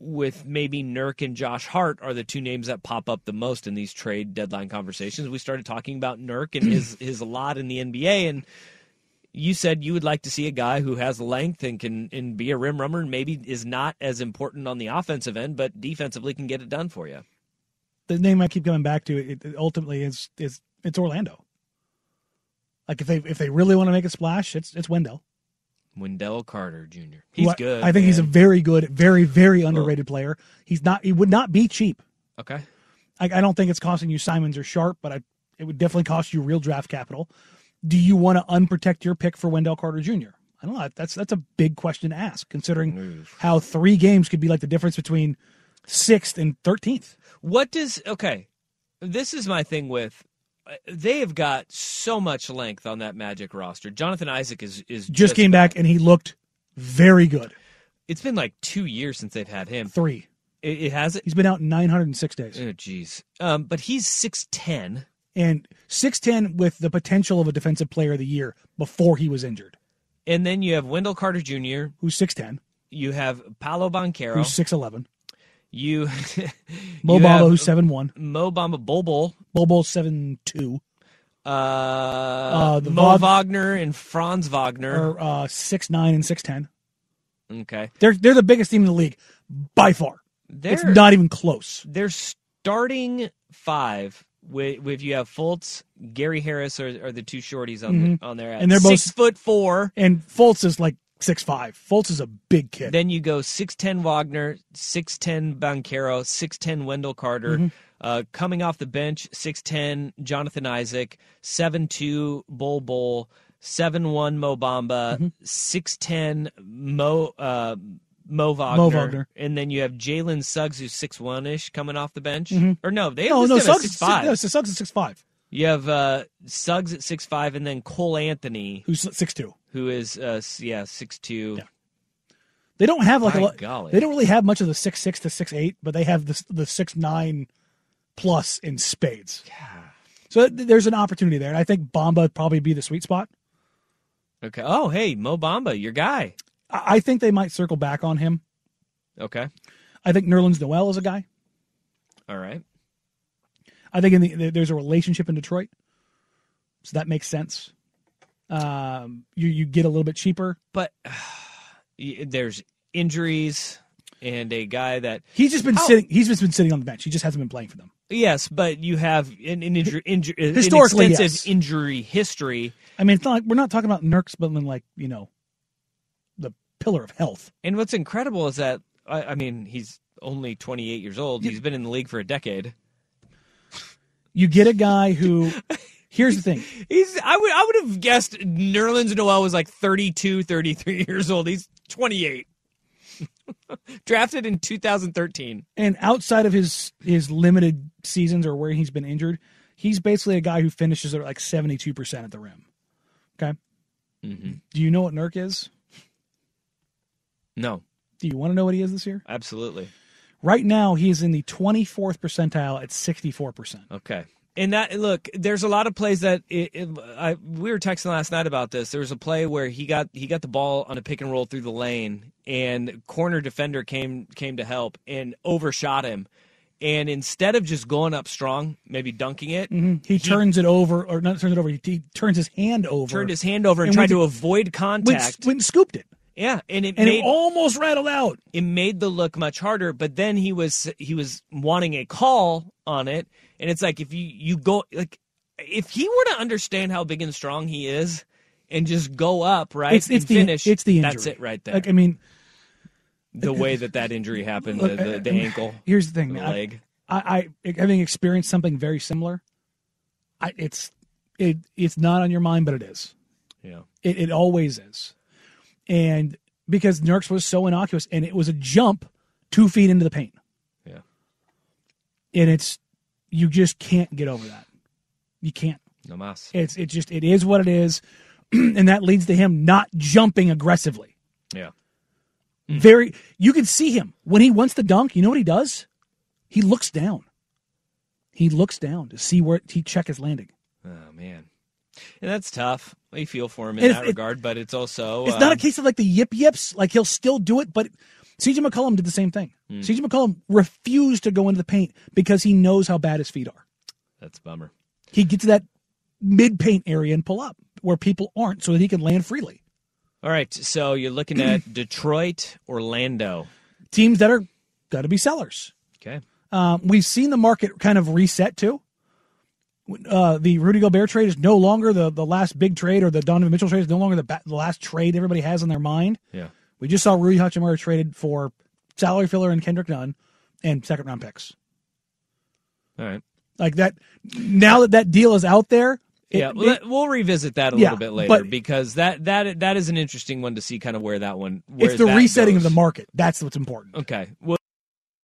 [SPEAKER 3] With maybe Nurk and Josh Hart are the two names that pop up the most in these trade deadline conversations. We started talking about Nurk and his his lot in the NBA, and you said you would like to see a guy who has length and can and be a rim rummer and maybe is not as important on the offensive end, but defensively can get it done for you.
[SPEAKER 4] The name I keep coming back to it, it ultimately is is it's Orlando. Like if they if they really want to make a splash, it's it's Wendell.
[SPEAKER 3] Wendell Carter Jr. He's
[SPEAKER 4] Who I-
[SPEAKER 3] good.
[SPEAKER 4] I think he's a
[SPEAKER 3] man.
[SPEAKER 4] very good, very very underrated player. He's not he would not be cheap.
[SPEAKER 3] okay.
[SPEAKER 4] I, I don't think it's costing you Simons or Sharp, but I, it would definitely cost you real draft capital. Do you want to unprotect your pick for Wendell Carter Jr.? I don't know. That's that's a big question to ask, considering how three games could be like the difference between sixth and thirteenth.
[SPEAKER 3] What does okay? This is my thing with uh, they have got so much length on that Magic roster. Jonathan Isaac is is
[SPEAKER 4] Just, came back and he looked very good.
[SPEAKER 3] It's been like two years since they've had him.
[SPEAKER 4] Three.
[SPEAKER 3] It, it has it.
[SPEAKER 4] He's been out nine hundred and six days,
[SPEAKER 3] Oh jeez. Um, but he's six ten.
[SPEAKER 4] and six ten with the potential of a defensive player of the year before he was injured.
[SPEAKER 3] And then you have Wendell Carter Jr.
[SPEAKER 4] Who's six ten?
[SPEAKER 3] You have Paolo Banquero.
[SPEAKER 4] Who's six eleven?
[SPEAKER 3] You,
[SPEAKER 4] Mo
[SPEAKER 3] you
[SPEAKER 4] Bamba,
[SPEAKER 3] have
[SPEAKER 4] who's seven one?
[SPEAKER 3] Mo Bamba Bulbul,
[SPEAKER 4] Bobo seven two.
[SPEAKER 3] uh,
[SPEAKER 4] Uh, the
[SPEAKER 3] Mo
[SPEAKER 4] Vog-
[SPEAKER 3] Wagner, and Franz Wagner.
[SPEAKER 4] Or uh, six nine and six ten.
[SPEAKER 3] okay,
[SPEAKER 4] They're they're the biggest team in the league by far. it's
[SPEAKER 3] They're-
[SPEAKER 4] not even close.
[SPEAKER 3] they're starting five. With, with you have Fultz, Gary Harris are, are the two shorties on
[SPEAKER 4] Mhm.
[SPEAKER 3] the, on there, at
[SPEAKER 4] And they're both-
[SPEAKER 3] six foot four.
[SPEAKER 4] And Fultz is like six five. Fultz is a big kid.
[SPEAKER 3] Then you go six ten Wagner, six ten Banquero, six ten Wendell Carter.
[SPEAKER 4] Mhm.
[SPEAKER 3] Uh, coming off the bench, six ten Jonathan Isaac, seven two Bull Bull, seven one Mo
[SPEAKER 4] Mm-hmm.
[SPEAKER 3] Bamba, six ten Mo uh, Mo Wagner,
[SPEAKER 4] Wagner.
[SPEAKER 3] and then you have Jalen Suggs who's six one ish coming off the bench.
[SPEAKER 4] Mhm.
[SPEAKER 3] Or no, they
[SPEAKER 4] no,
[SPEAKER 3] have
[SPEAKER 4] no, Suggs,
[SPEAKER 3] six
[SPEAKER 4] is-
[SPEAKER 3] five.
[SPEAKER 4] no, Suggs is six five.
[SPEAKER 3] You have uh, Suggs at six five, and then Cole Anthony,
[SPEAKER 4] Who's six two?
[SPEAKER 3] who is uh, s- yeah six two.
[SPEAKER 4] They don't have like
[SPEAKER 3] By
[SPEAKER 4] a lot.
[SPEAKER 3] golly.
[SPEAKER 4] They don't really have much of the six six to six eight, but they have the the six nine plus in spades. Yeah. So th- there's an opportunity there, and I think Bamba would probably be the sweet spot.
[SPEAKER 3] Okay. Oh, hey, Mo Bamba, your guy.
[SPEAKER 4] I, I think they might circle back on him.
[SPEAKER 3] Okay.
[SPEAKER 4] I think Nerlens Noel is a guy.
[SPEAKER 3] All right.
[SPEAKER 4] I think in the, there's a relationship in Detroit, so that makes sense. Um, you you get a little bit cheaper,
[SPEAKER 3] but Y- There's injuries and a guy that
[SPEAKER 4] he's just been
[SPEAKER 3] How-
[SPEAKER 4] sitting. He's just been sitting on the bench. He just hasn't been playing for them.
[SPEAKER 3] Yes, but you have an, an injury, injury, an
[SPEAKER 4] Historically,
[SPEAKER 3] extensive
[SPEAKER 4] yes.
[SPEAKER 3] injury history,
[SPEAKER 4] I mean, it's not like we're not talking about Nurks, but then like you know, the pillar of health.
[SPEAKER 3] and what's incredible is that I, I mean he's only 28 years old. He's been in the league for a decade.
[SPEAKER 4] You get a guy who. here's the thing.
[SPEAKER 3] He's I would I would have guessed Nerlens Noel was like 32, 33 years old. He's 28. Drafted in 2013.
[SPEAKER 4] and outside of his his limited seasons or where he's been injured, he's basically a guy who finishes at like seventy two percent at the rim. Okay. Do you know what Nurk is?
[SPEAKER 3] No,
[SPEAKER 4] Do you want to know what he is this year?
[SPEAKER 3] absolutely.
[SPEAKER 4] Right now, he is in the twenty fourth percentile at sixty four percent.
[SPEAKER 3] Okay. And that look, there's a lot of plays that it, it, I, we were texting last night about this. There was a play where he got he got the ball on a pick and roll through the lane, and corner defender came came to help and overshot him. And instead of just going up strong, maybe dunking it,
[SPEAKER 4] Hmm. He, turns it over, or not turns it over. He, he turns his hand over.
[SPEAKER 3] turned his hand over and,
[SPEAKER 4] And
[SPEAKER 3] tried
[SPEAKER 4] went
[SPEAKER 3] to
[SPEAKER 4] to-
[SPEAKER 3] avoid
[SPEAKER 4] Went,
[SPEAKER 3] contact.
[SPEAKER 4] went and scooped it,
[SPEAKER 3] yeah, and it
[SPEAKER 4] and
[SPEAKER 3] made
[SPEAKER 4] it almost rattled out.
[SPEAKER 3] it made the look much harder but then he was he was wanting a call on it and it's like if you you go like if he were to understand how big and strong he is and just go up right
[SPEAKER 4] It's, it's
[SPEAKER 3] and
[SPEAKER 4] the
[SPEAKER 3] finish
[SPEAKER 4] It's the injury.
[SPEAKER 3] that's it right there
[SPEAKER 4] Like I mean,
[SPEAKER 3] the way that that injury happened
[SPEAKER 4] Look, uh,
[SPEAKER 3] the, the, the
[SPEAKER 4] I- I-
[SPEAKER 3] ankle
[SPEAKER 4] Here's the thing,
[SPEAKER 3] the
[SPEAKER 4] man. I-
[SPEAKER 3] leg
[SPEAKER 4] I, I having experienced something very similar, I, it's it it's not on your mind, but it is.
[SPEAKER 3] yeah
[SPEAKER 4] It it always is, and because Nurks was so innocuous, and it was a jump two feet into the paint,
[SPEAKER 3] yeah
[SPEAKER 4] and it's you just can't get over that. You can't.
[SPEAKER 3] no mas
[SPEAKER 4] It's it just it is what it is, and that leads to him not jumping aggressively.
[SPEAKER 3] yeah
[SPEAKER 4] Very, you can see him when he wants to dunk. You know what he does? He looks down. He looks down to see where he check his landing.
[SPEAKER 3] oh man and that's tough we feel for him in
[SPEAKER 4] And
[SPEAKER 3] that
[SPEAKER 4] it's- it-
[SPEAKER 3] regard but it's also
[SPEAKER 4] It's not
[SPEAKER 3] um,
[SPEAKER 4] a case of like the yip yips. Like he'll still do it, but CJ McCollum did the same thing. CJ McCollum refused to go into the paint because he knows how bad his feet are.
[SPEAKER 3] that's a bummer
[SPEAKER 4] He gets to that mid paint area and pull up where people aren't, so that he can land freely.
[SPEAKER 3] all right so you're looking at detroit orlando
[SPEAKER 4] Teams that are got to be sellers.
[SPEAKER 3] okay
[SPEAKER 4] Um, we've seen the market kind of reset too. Uh, the Rudy Gobert trade is no longer the, the last big trade, or the Donovan Mitchell trade is no longer the, ba- the last trade everybody has in their mind.
[SPEAKER 3] yeah
[SPEAKER 4] We just saw Rudy Hachimura traded for salary filler and Kendrick Nunn and second round picks.
[SPEAKER 3] all right
[SPEAKER 4] Like that, now that that deal is out there, it-
[SPEAKER 3] yeah, well,
[SPEAKER 4] it-
[SPEAKER 3] that- we'll revisit that a
[SPEAKER 4] Yeah,
[SPEAKER 3] little bit later
[SPEAKER 4] but-
[SPEAKER 3] because that that that is an interesting one to see kind of where that one. Where
[SPEAKER 4] it's the
[SPEAKER 3] that
[SPEAKER 4] resetting
[SPEAKER 3] goes.
[SPEAKER 4] of the market. That's what's important.
[SPEAKER 3] Okay, we'll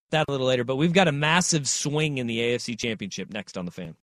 [SPEAKER 3] that a little later, but we've got a massive swing in the AFC Championship next on the fan.